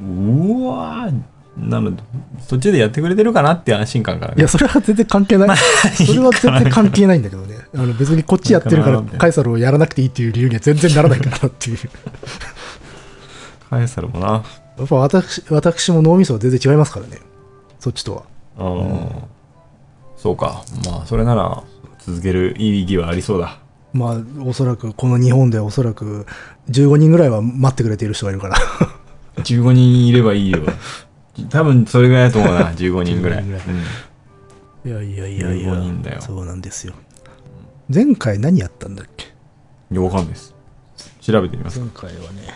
[SPEAKER 1] うわーなので、そっちでやってくれてるかなっていう安心感から
[SPEAKER 2] い
[SPEAKER 1] ね
[SPEAKER 2] や、。それは全然関係ない。それは全然関係ないんだけどね。あの別にこっちやって
[SPEAKER 1] い
[SPEAKER 2] るか、
[SPEAKER 1] いからなみたいな
[SPEAKER 2] カエサルをやらなくていいっていう理由には全然ならないからなっていう。
[SPEAKER 1] カエサルもな。
[SPEAKER 2] やっぱ私 私も脳みそは全然違いますからね。そっちとは。
[SPEAKER 1] うん。そうか。まあ、それなら、続ける意義はありそう だ。
[SPEAKER 2] まあ、おそらく、この日本でおそらく15人ぐらいは待ってくれている人がいるから。
[SPEAKER 1] 15人いればいいよ。多分それぐらいだと思う な、15人ぐらい。
[SPEAKER 2] 15人ぐらい
[SPEAKER 1] うん
[SPEAKER 2] いやいやいやいや
[SPEAKER 1] 15人だよ
[SPEAKER 2] そうなんですよ前回何やったんだっけ
[SPEAKER 1] いや、わかんないです。調べてみます。
[SPEAKER 2] 前回はね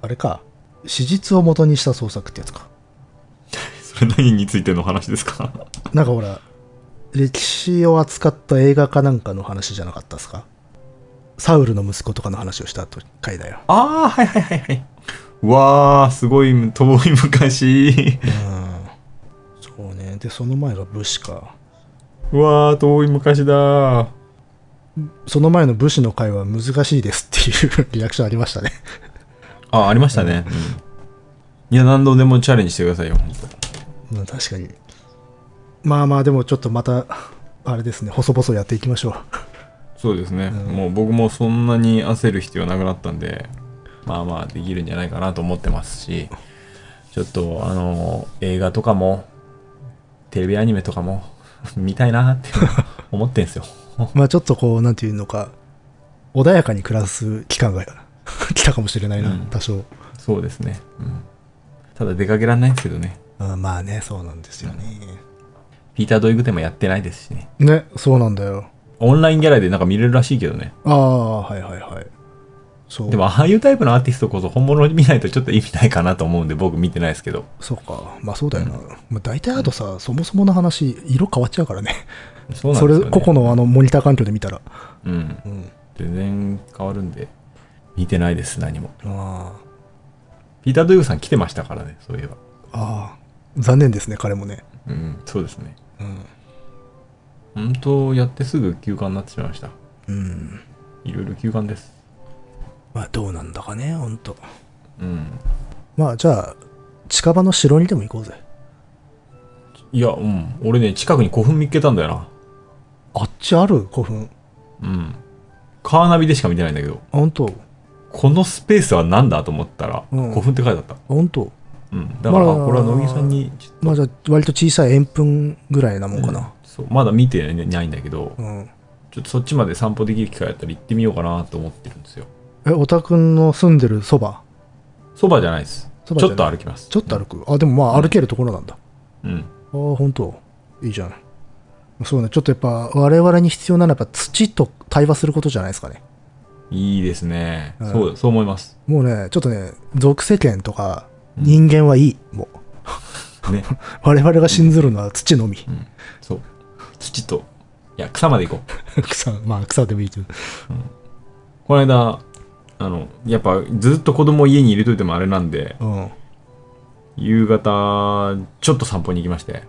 [SPEAKER 2] あれか史実を元にした創作ってやつか
[SPEAKER 1] それ何についての話ですか
[SPEAKER 2] なんかほら歴史を扱った映画かなんかの話じゃなかったですかサウルの息子とかの話をした回だよ
[SPEAKER 1] ああ、はいはいはいはい。うわあ、すごい遠い昔。
[SPEAKER 2] そうねでその前が武士か
[SPEAKER 1] うわあ、遠い昔だー。
[SPEAKER 2] その前の武士の回は難しいですっていう リアクションありましたね
[SPEAKER 1] ああ、りましたね。いや、何度でもチャレンジしてくださいよ、本当
[SPEAKER 2] まあ確かにまあまあでもちょっとまたあれですね細々やっていきましょう
[SPEAKER 1] そうですね、もう僕もそんなに焦る必要なくなったんでまあまあできるんじゃないかなと思ってますしちょっとあの映画とかもテレビアニメとかも 見たいな って思ってんすよ
[SPEAKER 2] まあちょっとこうなんていうのか穏やかに暮らす期間が 来たかもしれないな、
[SPEAKER 1] うん
[SPEAKER 2] 多少
[SPEAKER 1] そうですね、うん、ただ出かけられないんですけどね
[SPEAKER 2] あまあねそうなんですよね、
[SPEAKER 1] ピーター・ドイグでもやってないですしね
[SPEAKER 2] ねそうなんだよ
[SPEAKER 1] オンラインギャラでなんか見れるらしいけどね
[SPEAKER 2] ああはいはいはいそう
[SPEAKER 1] でもああいうタイプのアーティストこそ本物見ないとちょっと意味ないかなと思うんで僕見てないですけど
[SPEAKER 2] そうかまあそうだよな、まあ、大体あとさ、そもそもの話色変わっちゃうからね
[SPEAKER 1] そうなん
[SPEAKER 2] そ
[SPEAKER 1] です
[SPEAKER 2] れ
[SPEAKER 1] よね
[SPEAKER 2] 個々のあのモニター環境で見たら
[SPEAKER 1] うん
[SPEAKER 2] うん
[SPEAKER 1] 全然変わるんで見てないです何も
[SPEAKER 2] あ
[SPEAKER 1] ピーター・ドゥーグさん来てましたからねそういえば
[SPEAKER 2] ーあー残念ですね彼もね
[SPEAKER 1] うんそうですね
[SPEAKER 2] うん、
[SPEAKER 1] 本当やってすぐ休館になってしまいました
[SPEAKER 2] うん、
[SPEAKER 1] いろいろ休館です
[SPEAKER 2] まあどうなんだかねほんと
[SPEAKER 1] うん
[SPEAKER 2] まあじゃあ近場の城にでも行こうぜ
[SPEAKER 1] いやうん俺ね近くに古墳見っけたんだよ
[SPEAKER 2] あっちある古墳
[SPEAKER 1] なうんカーナビでしか見てないんだけど
[SPEAKER 2] あほんと
[SPEAKER 1] このスペースは何だと思ったら、
[SPEAKER 2] うん
[SPEAKER 1] 古墳って書いてあった
[SPEAKER 2] ほんと
[SPEAKER 1] うんだから、
[SPEAKER 2] まあ
[SPEAKER 1] あこれは乃木さんにちょっ
[SPEAKER 2] まあじゃあ割と小さい円墳ぐらいなもんかな
[SPEAKER 1] とそうまだ見てないんだけど、
[SPEAKER 2] うん、
[SPEAKER 1] ちょっとそっちまで散歩できる機会あったら行ってみようかなと思ってるんですよ
[SPEAKER 2] えおたくんの住んでるそば
[SPEAKER 1] そばじゃないです
[SPEAKER 2] そば
[SPEAKER 1] ち
[SPEAKER 2] じゃ
[SPEAKER 1] ょ
[SPEAKER 2] な
[SPEAKER 1] っと歩
[SPEAKER 2] い
[SPEAKER 1] きます
[SPEAKER 2] ちょっと歩く、あでもまあ歩けるところなんだ、
[SPEAKER 1] うん
[SPEAKER 2] ああ本当いいじゃないそうねちょっとやっぱ我々に必要なのはやっぱ土と対話することじゃないですかね
[SPEAKER 1] いいですね。
[SPEAKER 2] うん
[SPEAKER 1] そう、そう思います。
[SPEAKER 2] もうねちょっとね属世間とか人間はいい、もう
[SPEAKER 1] ね。
[SPEAKER 2] 我々が信ずるのは土のみ、
[SPEAKER 1] うん。そう。土と、いや、草まで行こう。
[SPEAKER 2] 草まあ草でもいいけど
[SPEAKER 1] この間、あの、やっぱずっと子供を家に入れといてもあれなんで、
[SPEAKER 2] うんうん
[SPEAKER 1] 夕方、ちょっと散歩に行きまして。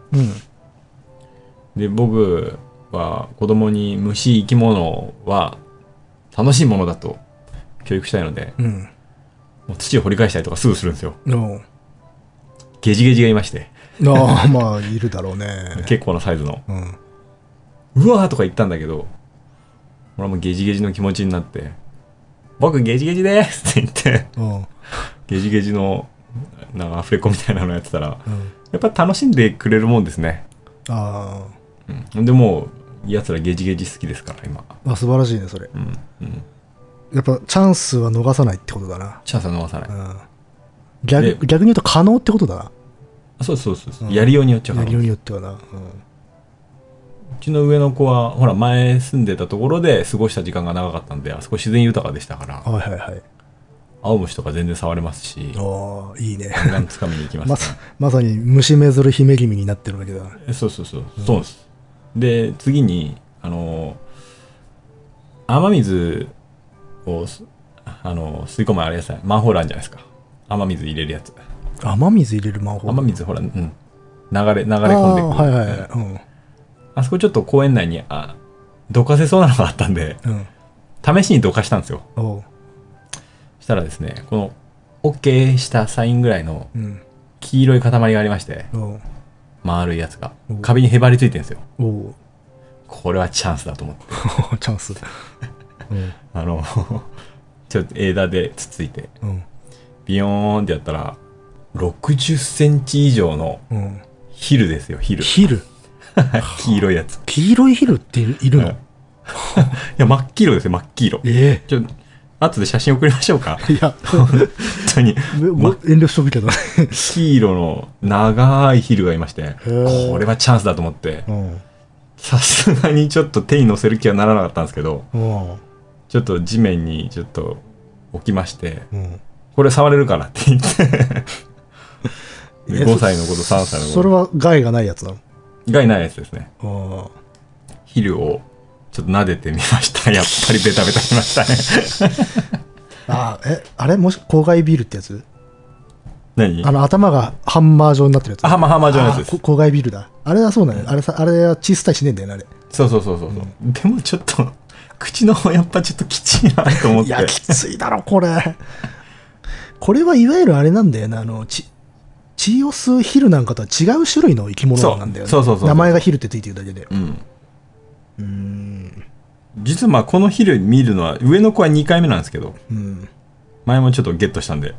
[SPEAKER 1] で、僕は子供に虫生き物は楽しいものだと教育したいので、
[SPEAKER 2] うん
[SPEAKER 1] もう土を掘り返したりとかすぐするんですよ。
[SPEAKER 2] うん
[SPEAKER 1] ゲジゲジがいまして、
[SPEAKER 2] ああまあいるだろうね
[SPEAKER 1] 結構なサイズの。
[SPEAKER 2] うん
[SPEAKER 1] うわーとか言ったんだけど、俺はもうゲジゲジの気持ちになって、僕ゲジゲジでーすって言って、
[SPEAKER 2] うん
[SPEAKER 1] ゲジゲジの、なんかアフレコみたいなのやってたら、
[SPEAKER 2] うん
[SPEAKER 1] やっぱ楽しんでくれるもんですね。
[SPEAKER 2] あ
[SPEAKER 1] うん。でも、奴らゲジゲジ好きですから、今。
[SPEAKER 2] ーあ素晴らしいねそれ
[SPEAKER 1] うん。うん。
[SPEAKER 2] やっぱチャンスは逃さないってことだな
[SPEAKER 1] チャンスは逃さない。
[SPEAKER 2] うん逆
[SPEAKER 1] で
[SPEAKER 2] 逆に言うと可能ってことだな
[SPEAKER 1] あそうそうそうそう、
[SPEAKER 2] うん
[SPEAKER 1] やりようによっちゃうか
[SPEAKER 2] や
[SPEAKER 1] ら。
[SPEAKER 2] りよう
[SPEAKER 1] う
[SPEAKER 2] によってはな、うん
[SPEAKER 1] ちの上の子は、ほら、前住んでたところで過ごした時間が長かったんで、あそこ自然豊かでしたから、
[SPEAKER 2] はいはいはい。
[SPEAKER 1] 青虫とか全然触れますし、
[SPEAKER 2] おーいいね。
[SPEAKER 1] ガンつかみに行きました、
[SPEAKER 2] まさまさに虫めずる姫君になってるわけだな。
[SPEAKER 1] えそうそうそう、そうなんですで次にあの雨水をすあの吸い込むあれやさマンホールあるじゃないですか雨水入れるやつ
[SPEAKER 2] 雨水入れる魔法。
[SPEAKER 1] 雨水ほら、うん、流れ流れ込んでくる
[SPEAKER 2] あ
[SPEAKER 1] あ,、
[SPEAKER 2] ーはいはいはい。
[SPEAKER 1] そこちょっと公園内にあどかせそうなのがあったんで
[SPEAKER 2] うん。うん。
[SPEAKER 1] 試しにどかしたんですよ
[SPEAKER 2] おう。
[SPEAKER 1] そしたらですねこの OK したサインぐらいの
[SPEAKER 2] うん。
[SPEAKER 1] 黄色い塊がありまして
[SPEAKER 2] おう。
[SPEAKER 1] 丸いやつが
[SPEAKER 2] うん
[SPEAKER 1] 壁にへばりついてるんですよ
[SPEAKER 2] おう。
[SPEAKER 1] これはチャンスだと思って
[SPEAKER 2] チャンス。うん。
[SPEAKER 1] あの ちょっと枝でつついて
[SPEAKER 2] うん。
[SPEAKER 1] ビヨーンってやったら、60センチ以上の
[SPEAKER 2] うん。
[SPEAKER 1] ヒルですよ、ヒル。
[SPEAKER 2] ヒル。
[SPEAKER 1] 黄色いやつ。い
[SPEAKER 2] 黄色いヒルっているいるの、
[SPEAKER 1] や、真っ黄色ですよ、真っ黄色。
[SPEAKER 2] ええ
[SPEAKER 1] ちょ後で写真送りましょう か。
[SPEAKER 2] いや、
[SPEAKER 1] 本当に。
[SPEAKER 2] ご遠慮しとくけどね。
[SPEAKER 1] 黄色の長いヒルがいまして、
[SPEAKER 2] ー
[SPEAKER 1] これはチャンスだと思って、
[SPEAKER 2] うん。
[SPEAKER 1] さすがにちょっと手に乗せる気はならなかったんですけど、
[SPEAKER 2] うん。
[SPEAKER 1] ちょっと地面にちょっと置きまして、
[SPEAKER 2] うん。
[SPEAKER 1] これ触れるからって言って、
[SPEAKER 2] え
[SPEAKER 1] 5歳の子と3歳の子
[SPEAKER 2] それは害がないやつな
[SPEAKER 1] 害ないやつですね。
[SPEAKER 2] の。
[SPEAKER 1] ヒルをちょっと撫でてみま した。やっぱりベタベタしましたね。
[SPEAKER 2] ああ、え、あれもし、郊外ビールってやつ
[SPEAKER 1] 何
[SPEAKER 2] あの、頭がハンマー状になってるやつ。
[SPEAKER 1] あ、ハマハマ
[SPEAKER 2] あ
[SPEAKER 1] 状のやつ
[SPEAKER 2] ー
[SPEAKER 1] です。
[SPEAKER 2] こ郊外ビールだ。あれはそうなのよ。あれさ、あれはチースタイしねえんだよね、
[SPEAKER 1] そうそうそうそう。そうでもちょっと、口の方やっぱちょっときちいなと
[SPEAKER 2] あ
[SPEAKER 1] 思っ
[SPEAKER 2] れ。い
[SPEAKER 1] て。
[SPEAKER 2] や、きついだろ、これ。これはいわゆるあれなんだよな、あの、ち血を吸うヒルなんかとは違う種類の生き物なんだよね。
[SPEAKER 1] そうそうそうそう
[SPEAKER 2] 名前がヒルってついてるだけで。
[SPEAKER 1] うん。
[SPEAKER 2] うん。
[SPEAKER 1] 実はまあこのヒル見るのは、上の子は2回目なんですけど、
[SPEAKER 2] うん。
[SPEAKER 1] 前もちょっとゲットしたんで。い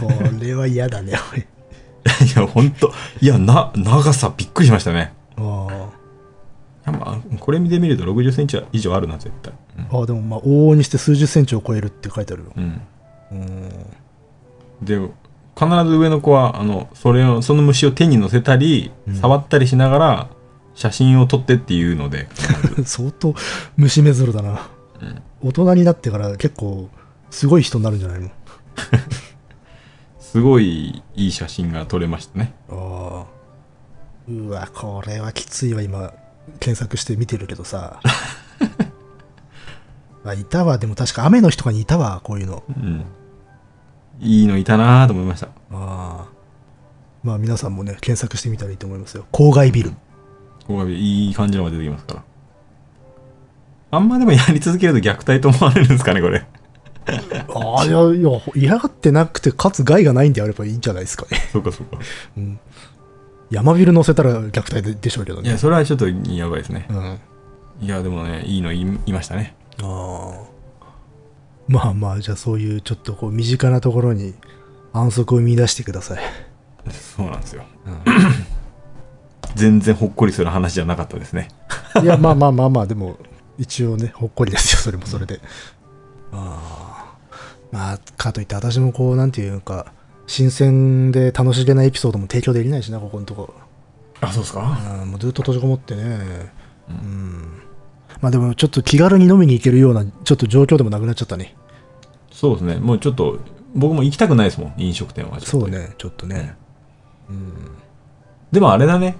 [SPEAKER 2] これは嫌だね、おい
[SPEAKER 1] や、ほんと、 いや、な、長さびっくりしましたね。
[SPEAKER 2] あ
[SPEAKER 1] いやまあこれ見てみると60センチ以上あるな、絶対。
[SPEAKER 2] ーあー、でもまあ、往々にして数十センチを超えるって書いてあるよ。
[SPEAKER 1] うん。うん
[SPEAKER 2] うん。
[SPEAKER 1] で必ず上の子はあのそれをその虫を手に乗せたり、触ったりしながら写真を撮ってっていうので
[SPEAKER 2] 相当虫目ゾロだな、大人になってから結構すごい人になるんじゃないの
[SPEAKER 1] すごいいい写真が撮れましたね
[SPEAKER 2] ああうわこれはきついわ今検索して見てるけどさ あいたわでも確か雨の日とかにいたわこういうの
[SPEAKER 1] うんいいのいたなと思いました
[SPEAKER 2] ああまあ皆さんもね検索してみたらいいと思いますよ郊外ビル
[SPEAKER 1] ここいい感じのが出てきますからあんまでもやり続けると虐待と思われるんですかねこれ
[SPEAKER 2] ああいやいや嫌がってなくてかつ害がないんであればいいんじゃないですかね
[SPEAKER 1] そうかそうか
[SPEAKER 2] 山ビル乗せたら虐待ででしょうけど
[SPEAKER 1] い
[SPEAKER 2] ね
[SPEAKER 1] やそれはちょっとやばいですね
[SPEAKER 2] うん
[SPEAKER 1] いやでもねいいのいいましたね
[SPEAKER 2] ああまあまあじゃあそういうちょっとこう身近なところに安息を見出してください
[SPEAKER 1] そうなんですよ、全然ほっこりする話じゃなかったですね
[SPEAKER 2] いやまあまあまあまあでも一応ねほっこりですよそれもそれでああまあかといって私もこうなんていうか新鮮で楽しげなエピソードも提供できないしなここのとこ
[SPEAKER 1] あそうですか
[SPEAKER 2] あもうずっと閉じこもってねうん、まあでもちょっと気軽に飲みに行けるようなちょっと状況でもなくなっちゃったね
[SPEAKER 1] そうですね。もうちょっと、僕も行きたくないですもん、飲食店は。
[SPEAKER 2] そう。ねちょっとね、
[SPEAKER 1] でもあれだね。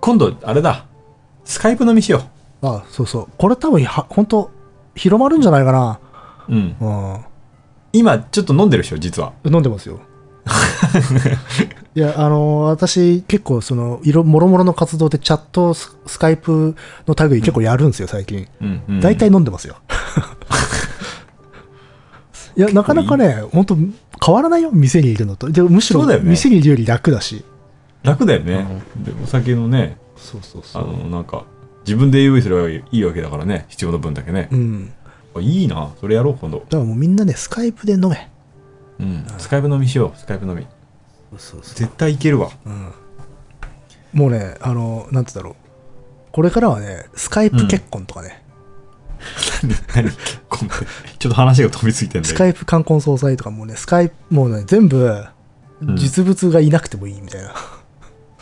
[SPEAKER 1] 今度、あれだ。スカイプ飲みしよ
[SPEAKER 2] あそうそう。これ多分は、本当広まるんじゃないかな。
[SPEAKER 1] う。うん。
[SPEAKER 2] う
[SPEAKER 1] 今、ちょっと飲んでるでしょ、実は。
[SPEAKER 2] ん。飲んでますよ。いや、あの私、結構、その、いろ、もろもろの活動でチャット、ススカイプの類結構やるんですよ、最近。
[SPEAKER 1] うん、うん。
[SPEAKER 2] 大体飲んでます よ。いや、なかなかね、本当変わらないよ、店にいるのと。でむしろ、
[SPEAKER 1] そうだよね
[SPEAKER 2] 店にいるより楽だし。
[SPEAKER 1] 楽だよね。でお酒のね、
[SPEAKER 2] そうそうそ
[SPEAKER 1] あの、なんか、自分で用意すればいいわけだからね、必要な分だけね
[SPEAKER 2] う。。うん。
[SPEAKER 1] あいいな、それやろう、今度。
[SPEAKER 2] だからもうみんなね、スカイプで飲め。
[SPEAKER 1] うん。スカイプ飲みしよう、スカイプ飲み。
[SPEAKER 2] そうそう。
[SPEAKER 1] 絶対いけるわ。
[SPEAKER 2] もうね、あの、なんて言うんだろう。これからはね、スカイプ結婚とかね、
[SPEAKER 1] 何結構ねちょっと話が飛びついてんだ
[SPEAKER 2] ス
[SPEAKER 1] よ。
[SPEAKER 2] カイプ冠婚葬祭とかもうね、スカイプ、もうね、全部、
[SPEAKER 1] うん
[SPEAKER 2] 実物がいなくてもいいみたいな。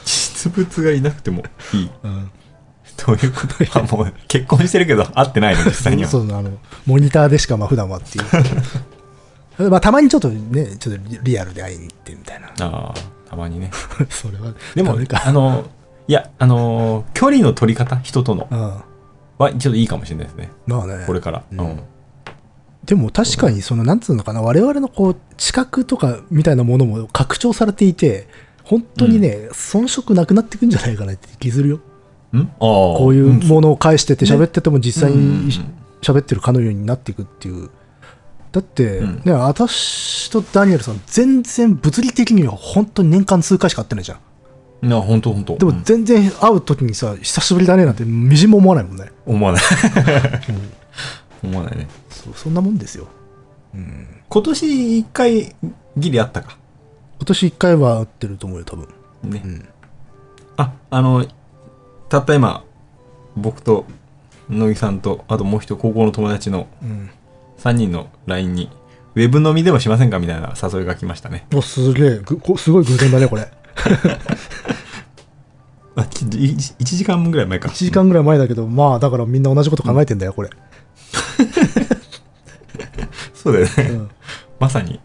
[SPEAKER 1] 実物がいなくてもいい。 どういうことや、もう結婚してるけど会ってないの、実際には。
[SPEAKER 2] そうそうあの、モニターでしか、まあ、普段はって いう。まあ、たまにちょっとね、ちょっとリアルで会いに行ってみたいな。
[SPEAKER 1] ああ、たまにね。
[SPEAKER 2] それは、
[SPEAKER 1] でも
[SPEAKER 2] ダメ、
[SPEAKER 1] あ
[SPEAKER 2] か。
[SPEAKER 1] の、いや、あの、距離の取り方、人との
[SPEAKER 2] うん。
[SPEAKER 1] は、ちょっといいかもしれないですね。
[SPEAKER 2] まあね。
[SPEAKER 1] これから。うん。
[SPEAKER 2] でも確かにそのなんつうのかな我々のこう知覚とかみたいなものも拡張されていて本当にね、遜色なくなっていくんじゃないかなって気するよ
[SPEAKER 1] んああ。こ、
[SPEAKER 2] こういううんものを返してて喋ってても実際に
[SPEAKER 1] うん
[SPEAKER 2] 喋ってるかのようになっていくっていうだって、
[SPEAKER 1] うん
[SPEAKER 2] ね私とダニエルさん全然物理的には本当に年間数回しか会ってないじゃん
[SPEAKER 1] な、ほんとほんと。
[SPEAKER 2] でも全然会う時にさ久しぶりだねなんてみじんも思わないもんね
[SPEAKER 1] うん思わない。 思わないね。
[SPEAKER 2] そそんなもんですよ
[SPEAKER 1] 今年一回、ギリあったか。
[SPEAKER 2] 今年1回は会ってると思うよ多分
[SPEAKER 1] ね。あ、あの、たった今、僕と乃木さんと、あともう一人高校の友達の
[SPEAKER 2] うん。
[SPEAKER 1] 3人の LINE に、ウェブ飲みでもしませんかみたいな誘いが来ましたね。
[SPEAKER 2] お、すげえ。ぐこすごい偶然だね、 これ。
[SPEAKER 1] あ、1時間ぐらい前か。
[SPEAKER 2] 1時間ぐらい前だけど、まあ、だからみんな同じこと考えてんだよ、これ。
[SPEAKER 1] そうだよ
[SPEAKER 2] う
[SPEAKER 1] ね。
[SPEAKER 2] ん。
[SPEAKER 1] まさに。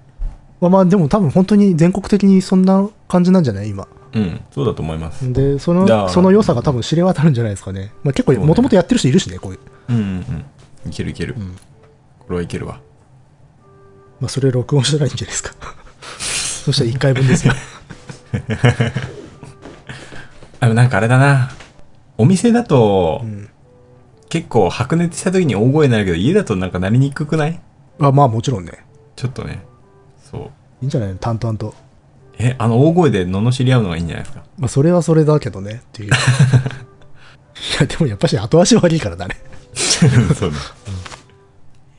[SPEAKER 2] まあまあ、でも多分本当に全国的にそんな感じなんじゃない今。
[SPEAKER 1] うん、そうだと思います。
[SPEAKER 2] で、そ
[SPEAKER 1] だか
[SPEAKER 2] の、
[SPEAKER 1] ら
[SPEAKER 2] その良さが多分知れ渡るんじゃないですかね。まあ結構、
[SPEAKER 1] そうね
[SPEAKER 2] もともとやってる人いるしね、こういう。
[SPEAKER 1] うんうんうん。いけるいける。
[SPEAKER 2] うん。
[SPEAKER 1] これはいけるわ。
[SPEAKER 2] まあ、それ録音したらいいんじゃないですか。 そしたら1回分ですよ。
[SPEAKER 1] あ、でもなんかあれだな。お店だと
[SPEAKER 2] う、ん。
[SPEAKER 1] 結構白熱した時に大声になるけど、家だとなんかなりにくくない
[SPEAKER 2] あまあ、もちろんね。
[SPEAKER 1] ちょっとね。そう。
[SPEAKER 2] いいんじゃないの淡々と。
[SPEAKER 1] え、あの大声で罵り合うのがいいんじゃないですか。
[SPEAKER 2] まあ、それはそれだけどね、っていう。いや、でもやっぱし後足悪いからだね。
[SPEAKER 1] そうね。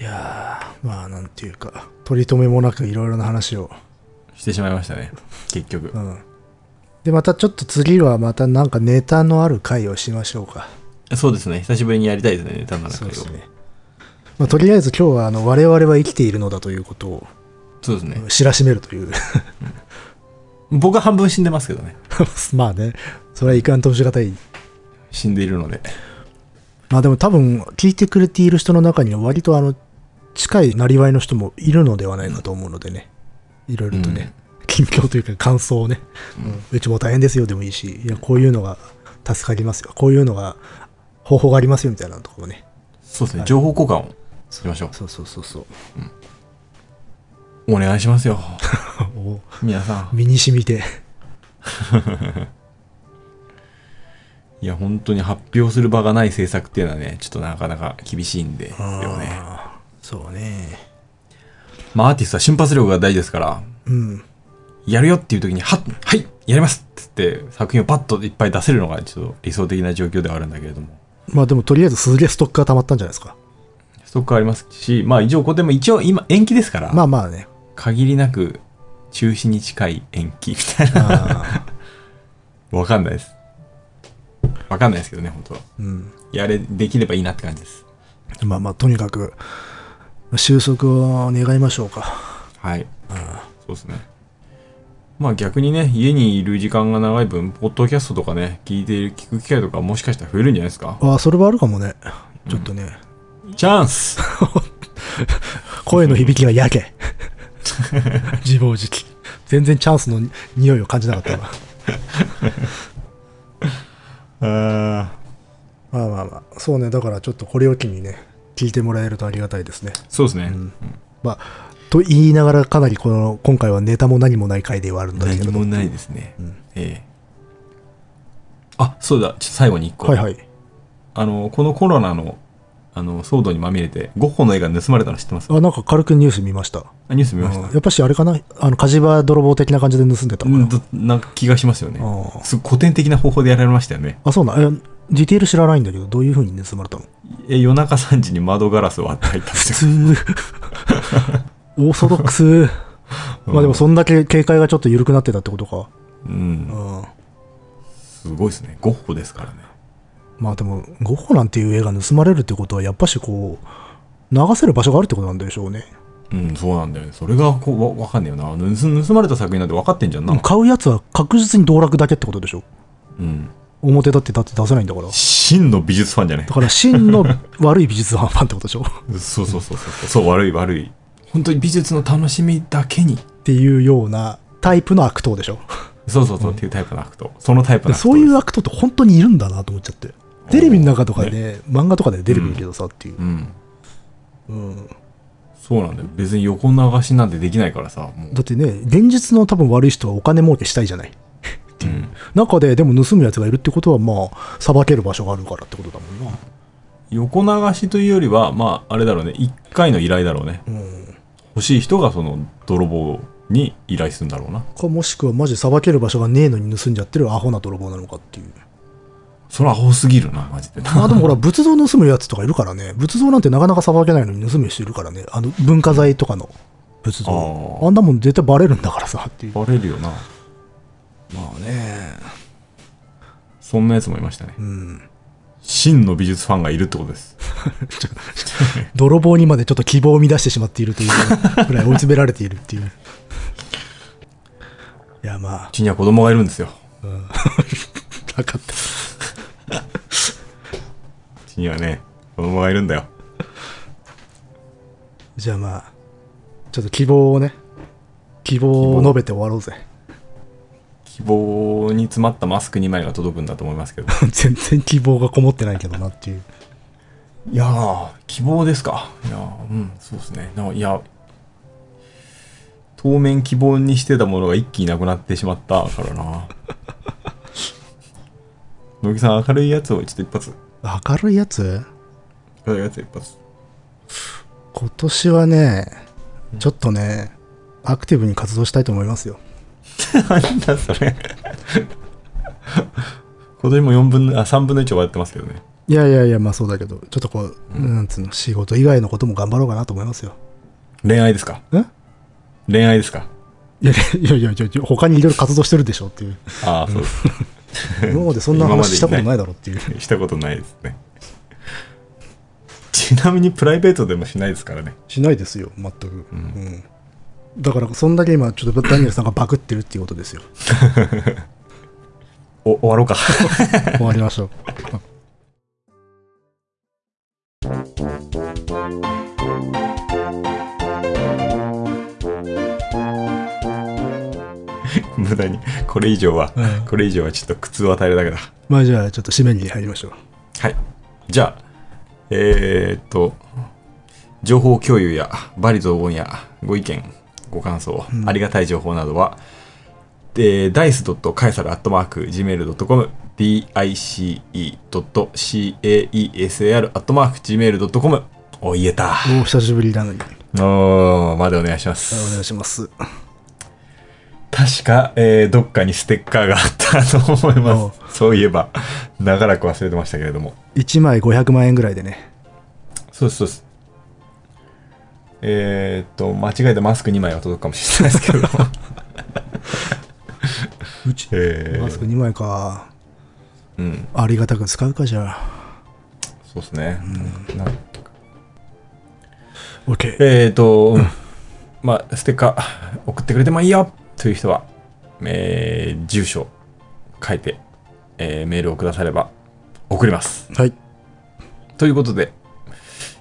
[SPEAKER 2] いやー、まあ、なんていうか、取り留めもなくいろいろな話を。
[SPEAKER 1] してしまいましたね。結局
[SPEAKER 2] う。ん。で、またちょっと次はまたなんかネタのある回をしましょうか。
[SPEAKER 1] そうですね。久しぶりにやりたいですね、ネタの中
[SPEAKER 2] そう
[SPEAKER 1] で。
[SPEAKER 2] です
[SPEAKER 1] そう
[SPEAKER 2] ね。まあ、とりあえず今日はあの我々は生きているのだということを
[SPEAKER 1] ですね。
[SPEAKER 2] 知らしめるという
[SPEAKER 1] 僕は半分死んでますけどね。
[SPEAKER 2] まあねそれはいかんともしがたい
[SPEAKER 1] 死んでいるので。
[SPEAKER 2] まあでも多分聞いてくれている人の中には割とあの近いなりわいの人もいるのではないかと思うのでねいろいろとね、近況というか感想をね、うちも大変ですよでもいいしいやこういうのが助かりますよこういうのが方法がありますよみたいなところね
[SPEAKER 1] そうですね。情報交換をしましょ
[SPEAKER 2] そうそうそうそう
[SPEAKER 1] う。お願いしますよ。
[SPEAKER 2] お
[SPEAKER 1] 皆さん。
[SPEAKER 2] 身に染みて
[SPEAKER 1] いや、本当に発表する場がない政策っていうのはね、ちょっとなかなか厳しいんで、でもね。
[SPEAKER 2] あーそうね
[SPEAKER 1] まあ、アーティストは瞬発力が大事ですから、
[SPEAKER 2] うん
[SPEAKER 1] やるよっていう時に、はっはいやりますってって、作品をパッといっぱい出せるのが、ちょっと理想的な状況ではあるんだけれども。
[SPEAKER 2] まあでもとりあえずすげえストックが溜まったんじゃないですか。
[SPEAKER 1] ストックありますし、まあ、一応、ここでも一応、今、延期ですから、
[SPEAKER 2] まあまあね。
[SPEAKER 1] 限りなく、中止に近い延期みたいな。
[SPEAKER 2] あー
[SPEAKER 1] わかんないです。わかんないですけどね、本当は。
[SPEAKER 2] うん、
[SPEAKER 1] やれ、できればいいなって感じです。
[SPEAKER 2] まあまあとにかく収束を願いましょうか。
[SPEAKER 1] はい。そうですね。まあ逆にね、家にいる時間が長い分、ポッドキャストとかね、聞いている、聞く機会とかもしかしたら増えるんじゃないですか
[SPEAKER 2] ああそれはあるかもね。ちょっとね、
[SPEAKER 1] チャンス
[SPEAKER 2] 声の響きがやけ。 自暴自棄。全然チャンスの匂いを感じなかったわ。
[SPEAKER 1] あ
[SPEAKER 2] まあまあまあそうねだからちょっとこれを機にね聞いてもらえるとありがたいですね。
[SPEAKER 1] そうですね。
[SPEAKER 2] まあと言いながらかなりこの今回はネタも何もない回ではあるんだけれ
[SPEAKER 1] 何
[SPEAKER 2] ど
[SPEAKER 1] もないですね。ええあ、そうだ、ちょ最後に一個。
[SPEAKER 2] はいはい。
[SPEAKER 1] あの、このコロナの、あの、騒動にまみれて、ゴッホの絵が盗まれたの知ってます
[SPEAKER 2] あなんか軽くニュース見ました。
[SPEAKER 1] あニュース見まし
[SPEAKER 2] う
[SPEAKER 1] た
[SPEAKER 2] んやっぱしあれかなあの火事場泥棒的な感じで盗んでた
[SPEAKER 1] う
[SPEAKER 2] のかなん
[SPEAKER 1] と、なんか気がしますよね
[SPEAKER 2] あ。あ
[SPEAKER 1] すごい古典的な方法でやられましたよね。
[SPEAKER 2] あそうなんえディテール知らないんだけどどういうふうに盗まれたの
[SPEAKER 1] え夜中3時に窓ガラスを割って入ったんです
[SPEAKER 2] 普
[SPEAKER 1] よ
[SPEAKER 2] 通オーソドックスまあでもそんだけ警戒がちょっと緩くなってたってことか
[SPEAKER 1] うん、
[SPEAKER 2] うん
[SPEAKER 1] すごいですね。ゴッホですからね。
[SPEAKER 2] まあでもゴッホなんていう映画盗まれるってことはやっぱしこう流せる場所があるってことなんでしょうね
[SPEAKER 1] うん、そうなんだよね。それがこうわわかんねえよな盗。盗まれた作品なんて分かってんじゃんな。
[SPEAKER 2] 買うやつは確実に道楽だけってことでしょ
[SPEAKER 1] うん。
[SPEAKER 2] 表だってだって出せないんだからだ
[SPEAKER 1] 真の美術ファンじゃね
[SPEAKER 2] から真の悪い美術ファンってことでしょっ
[SPEAKER 1] え。そうそう そうそう。そう、悪い悪い。本当に美術の楽しみだけに。
[SPEAKER 2] ていうようなタイプの悪党でしょ
[SPEAKER 1] そうそうそう、っていうタイプの悪党。そのタイプの
[SPEAKER 2] で
[SPEAKER 1] 悪党。
[SPEAKER 2] そういう。悪党って本当にいるんだなと思っちゃって。テレビの中とかで、漫画とかで出てくるけどさっていう
[SPEAKER 1] う。ん。
[SPEAKER 2] うん
[SPEAKER 1] そうなんだよ。別に横流しなんてできないからさ。もう
[SPEAKER 2] だってね、現実の多分悪い人はお金儲けしたいじゃない。
[SPEAKER 1] うん、
[SPEAKER 2] 中ででも盗むやつがいるってことは、まあ、裁ける場所があるからってことだもんな。
[SPEAKER 1] 横流しというよりは、まあ、あれだろうね。一回の依頼だろうね。
[SPEAKER 2] うん。
[SPEAKER 1] 欲しい人がその泥棒に依頼するんだろうな。
[SPEAKER 2] か、もしくはマジ裁ける場所がねえのに盗んじゃってるアホな泥棒なのかって いう。
[SPEAKER 1] それはアホすぎるな、マジで。
[SPEAKER 2] まあでもほら、仏像盗むやつとかいるからね。仏像なんてなかなか裁けないのに盗む人いるからね。あの、文化財とかの仏像。
[SPEAKER 1] あー
[SPEAKER 2] あんなもん絶対バレるんだからさっていう。
[SPEAKER 1] バレるよな。
[SPEAKER 2] まあね。
[SPEAKER 1] そんなやつもいましたね。
[SPEAKER 2] うん。
[SPEAKER 1] 真の美術ファンがいるってことです。
[SPEAKER 2] 泥棒にまでちょっと希望を生み出してしまっているというぐらい追い詰められているっていう。いや、まあ
[SPEAKER 1] う、ちには子供がいるんですよ。
[SPEAKER 2] なかった。
[SPEAKER 1] うちにはね、子供がいるんだよ。
[SPEAKER 2] じゃあまあ、ちょっと希望をね、希望を述べて終わろうぜ。
[SPEAKER 1] 希望に詰まったマスク2枚が届くんだと思いますけど。
[SPEAKER 2] 全然希望がこもってないけどなっていう。
[SPEAKER 1] いやー、希望ですか。いやー、うん、そうですね。なんかいや、当面希望にしてたものが一気になくなってしまったから な。野木さん、明るいやつをちょっと一発。
[SPEAKER 2] 明るいやつ
[SPEAKER 1] 明るいやつ一発。
[SPEAKER 2] 今年はね、ちょっとね、アクティブに活動したいと思いますよ。
[SPEAKER 1] なんだそれ。今年も4分の、あ、3分の1終わってますけどね。
[SPEAKER 2] いやいやいや、まあそうだけど、ちょっとこう、なんつうの、仕事以外のことも頑張ろうかなと思いますよ。
[SPEAKER 1] 恋愛ですか
[SPEAKER 2] んい
[SPEAKER 1] 恋愛ですか
[SPEAKER 2] やいやいやいやいや、他にいろいろ活動してるでしょっていう。
[SPEAKER 1] ああ、そうです。
[SPEAKER 2] 今までそんな話したことないだろうっていう。
[SPEAKER 1] したことないですね。ちなみにプライベートでもしないですからね。
[SPEAKER 2] しないですよ、全く。うんだから、そんだけ今、ちょっとダニエルさんがバクってるっていうことですよ。
[SPEAKER 1] お、終わろうか。
[SPEAKER 2] 終わりましょう。
[SPEAKER 1] 無駄に。これ以上は、
[SPEAKER 2] うん
[SPEAKER 1] これ以上はちょっと苦痛を与えるだけだ。
[SPEAKER 2] まあじゃあ、ちょっと締めに入りましょう。
[SPEAKER 1] はい。じゃあ、えー、っと、情報共有や、バリ雑言や、ご意見、ご感想、ありがたい情報などは、で、dice.caesar.gmail.com、dice.caesar.gmail.com。お、言えた。
[SPEAKER 2] おお、久しぶりなのに。
[SPEAKER 1] おー、までお願いしま
[SPEAKER 2] お願
[SPEAKER 1] す。
[SPEAKER 2] いします。
[SPEAKER 1] 確か、えーどっかにステッカーがあったと思います。そういえば、長らく忘れてましたけれども。
[SPEAKER 2] 1枚500万円ぐらいでね。
[SPEAKER 1] そうです、そうです。えーっと、間違えてマスク2枚は届くかもしれないです けど。
[SPEAKER 2] うち
[SPEAKER 1] え
[SPEAKER 2] マスク
[SPEAKER 1] ー、
[SPEAKER 2] 2枚か。
[SPEAKER 1] うん、
[SPEAKER 2] ありがたく使うかじゃあ。
[SPEAKER 1] そうですね。なんとか
[SPEAKER 2] OK。
[SPEAKER 1] えーっと、うんまあ、ステッカー送ってくれてもいいよという人は、えー、住所書いて、えーメールをくだされば送ります。
[SPEAKER 2] はい。
[SPEAKER 1] ということで、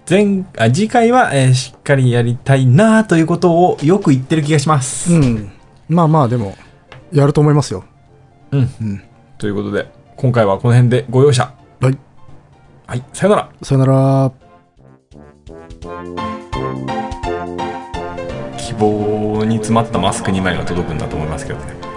[SPEAKER 1] 前あ次回は、えーしっかりやりたいなということをよく言ってる気がします。
[SPEAKER 2] うん。まあまあ、でも、やると思いますよ。
[SPEAKER 1] うん
[SPEAKER 2] うん。
[SPEAKER 1] ということで、今回はこの辺でご容赦。
[SPEAKER 2] はい。
[SPEAKER 1] はい、さよなら。
[SPEAKER 2] さよなら。
[SPEAKER 1] 希望に詰まったマスク2枚が届くんだと思いますけどね。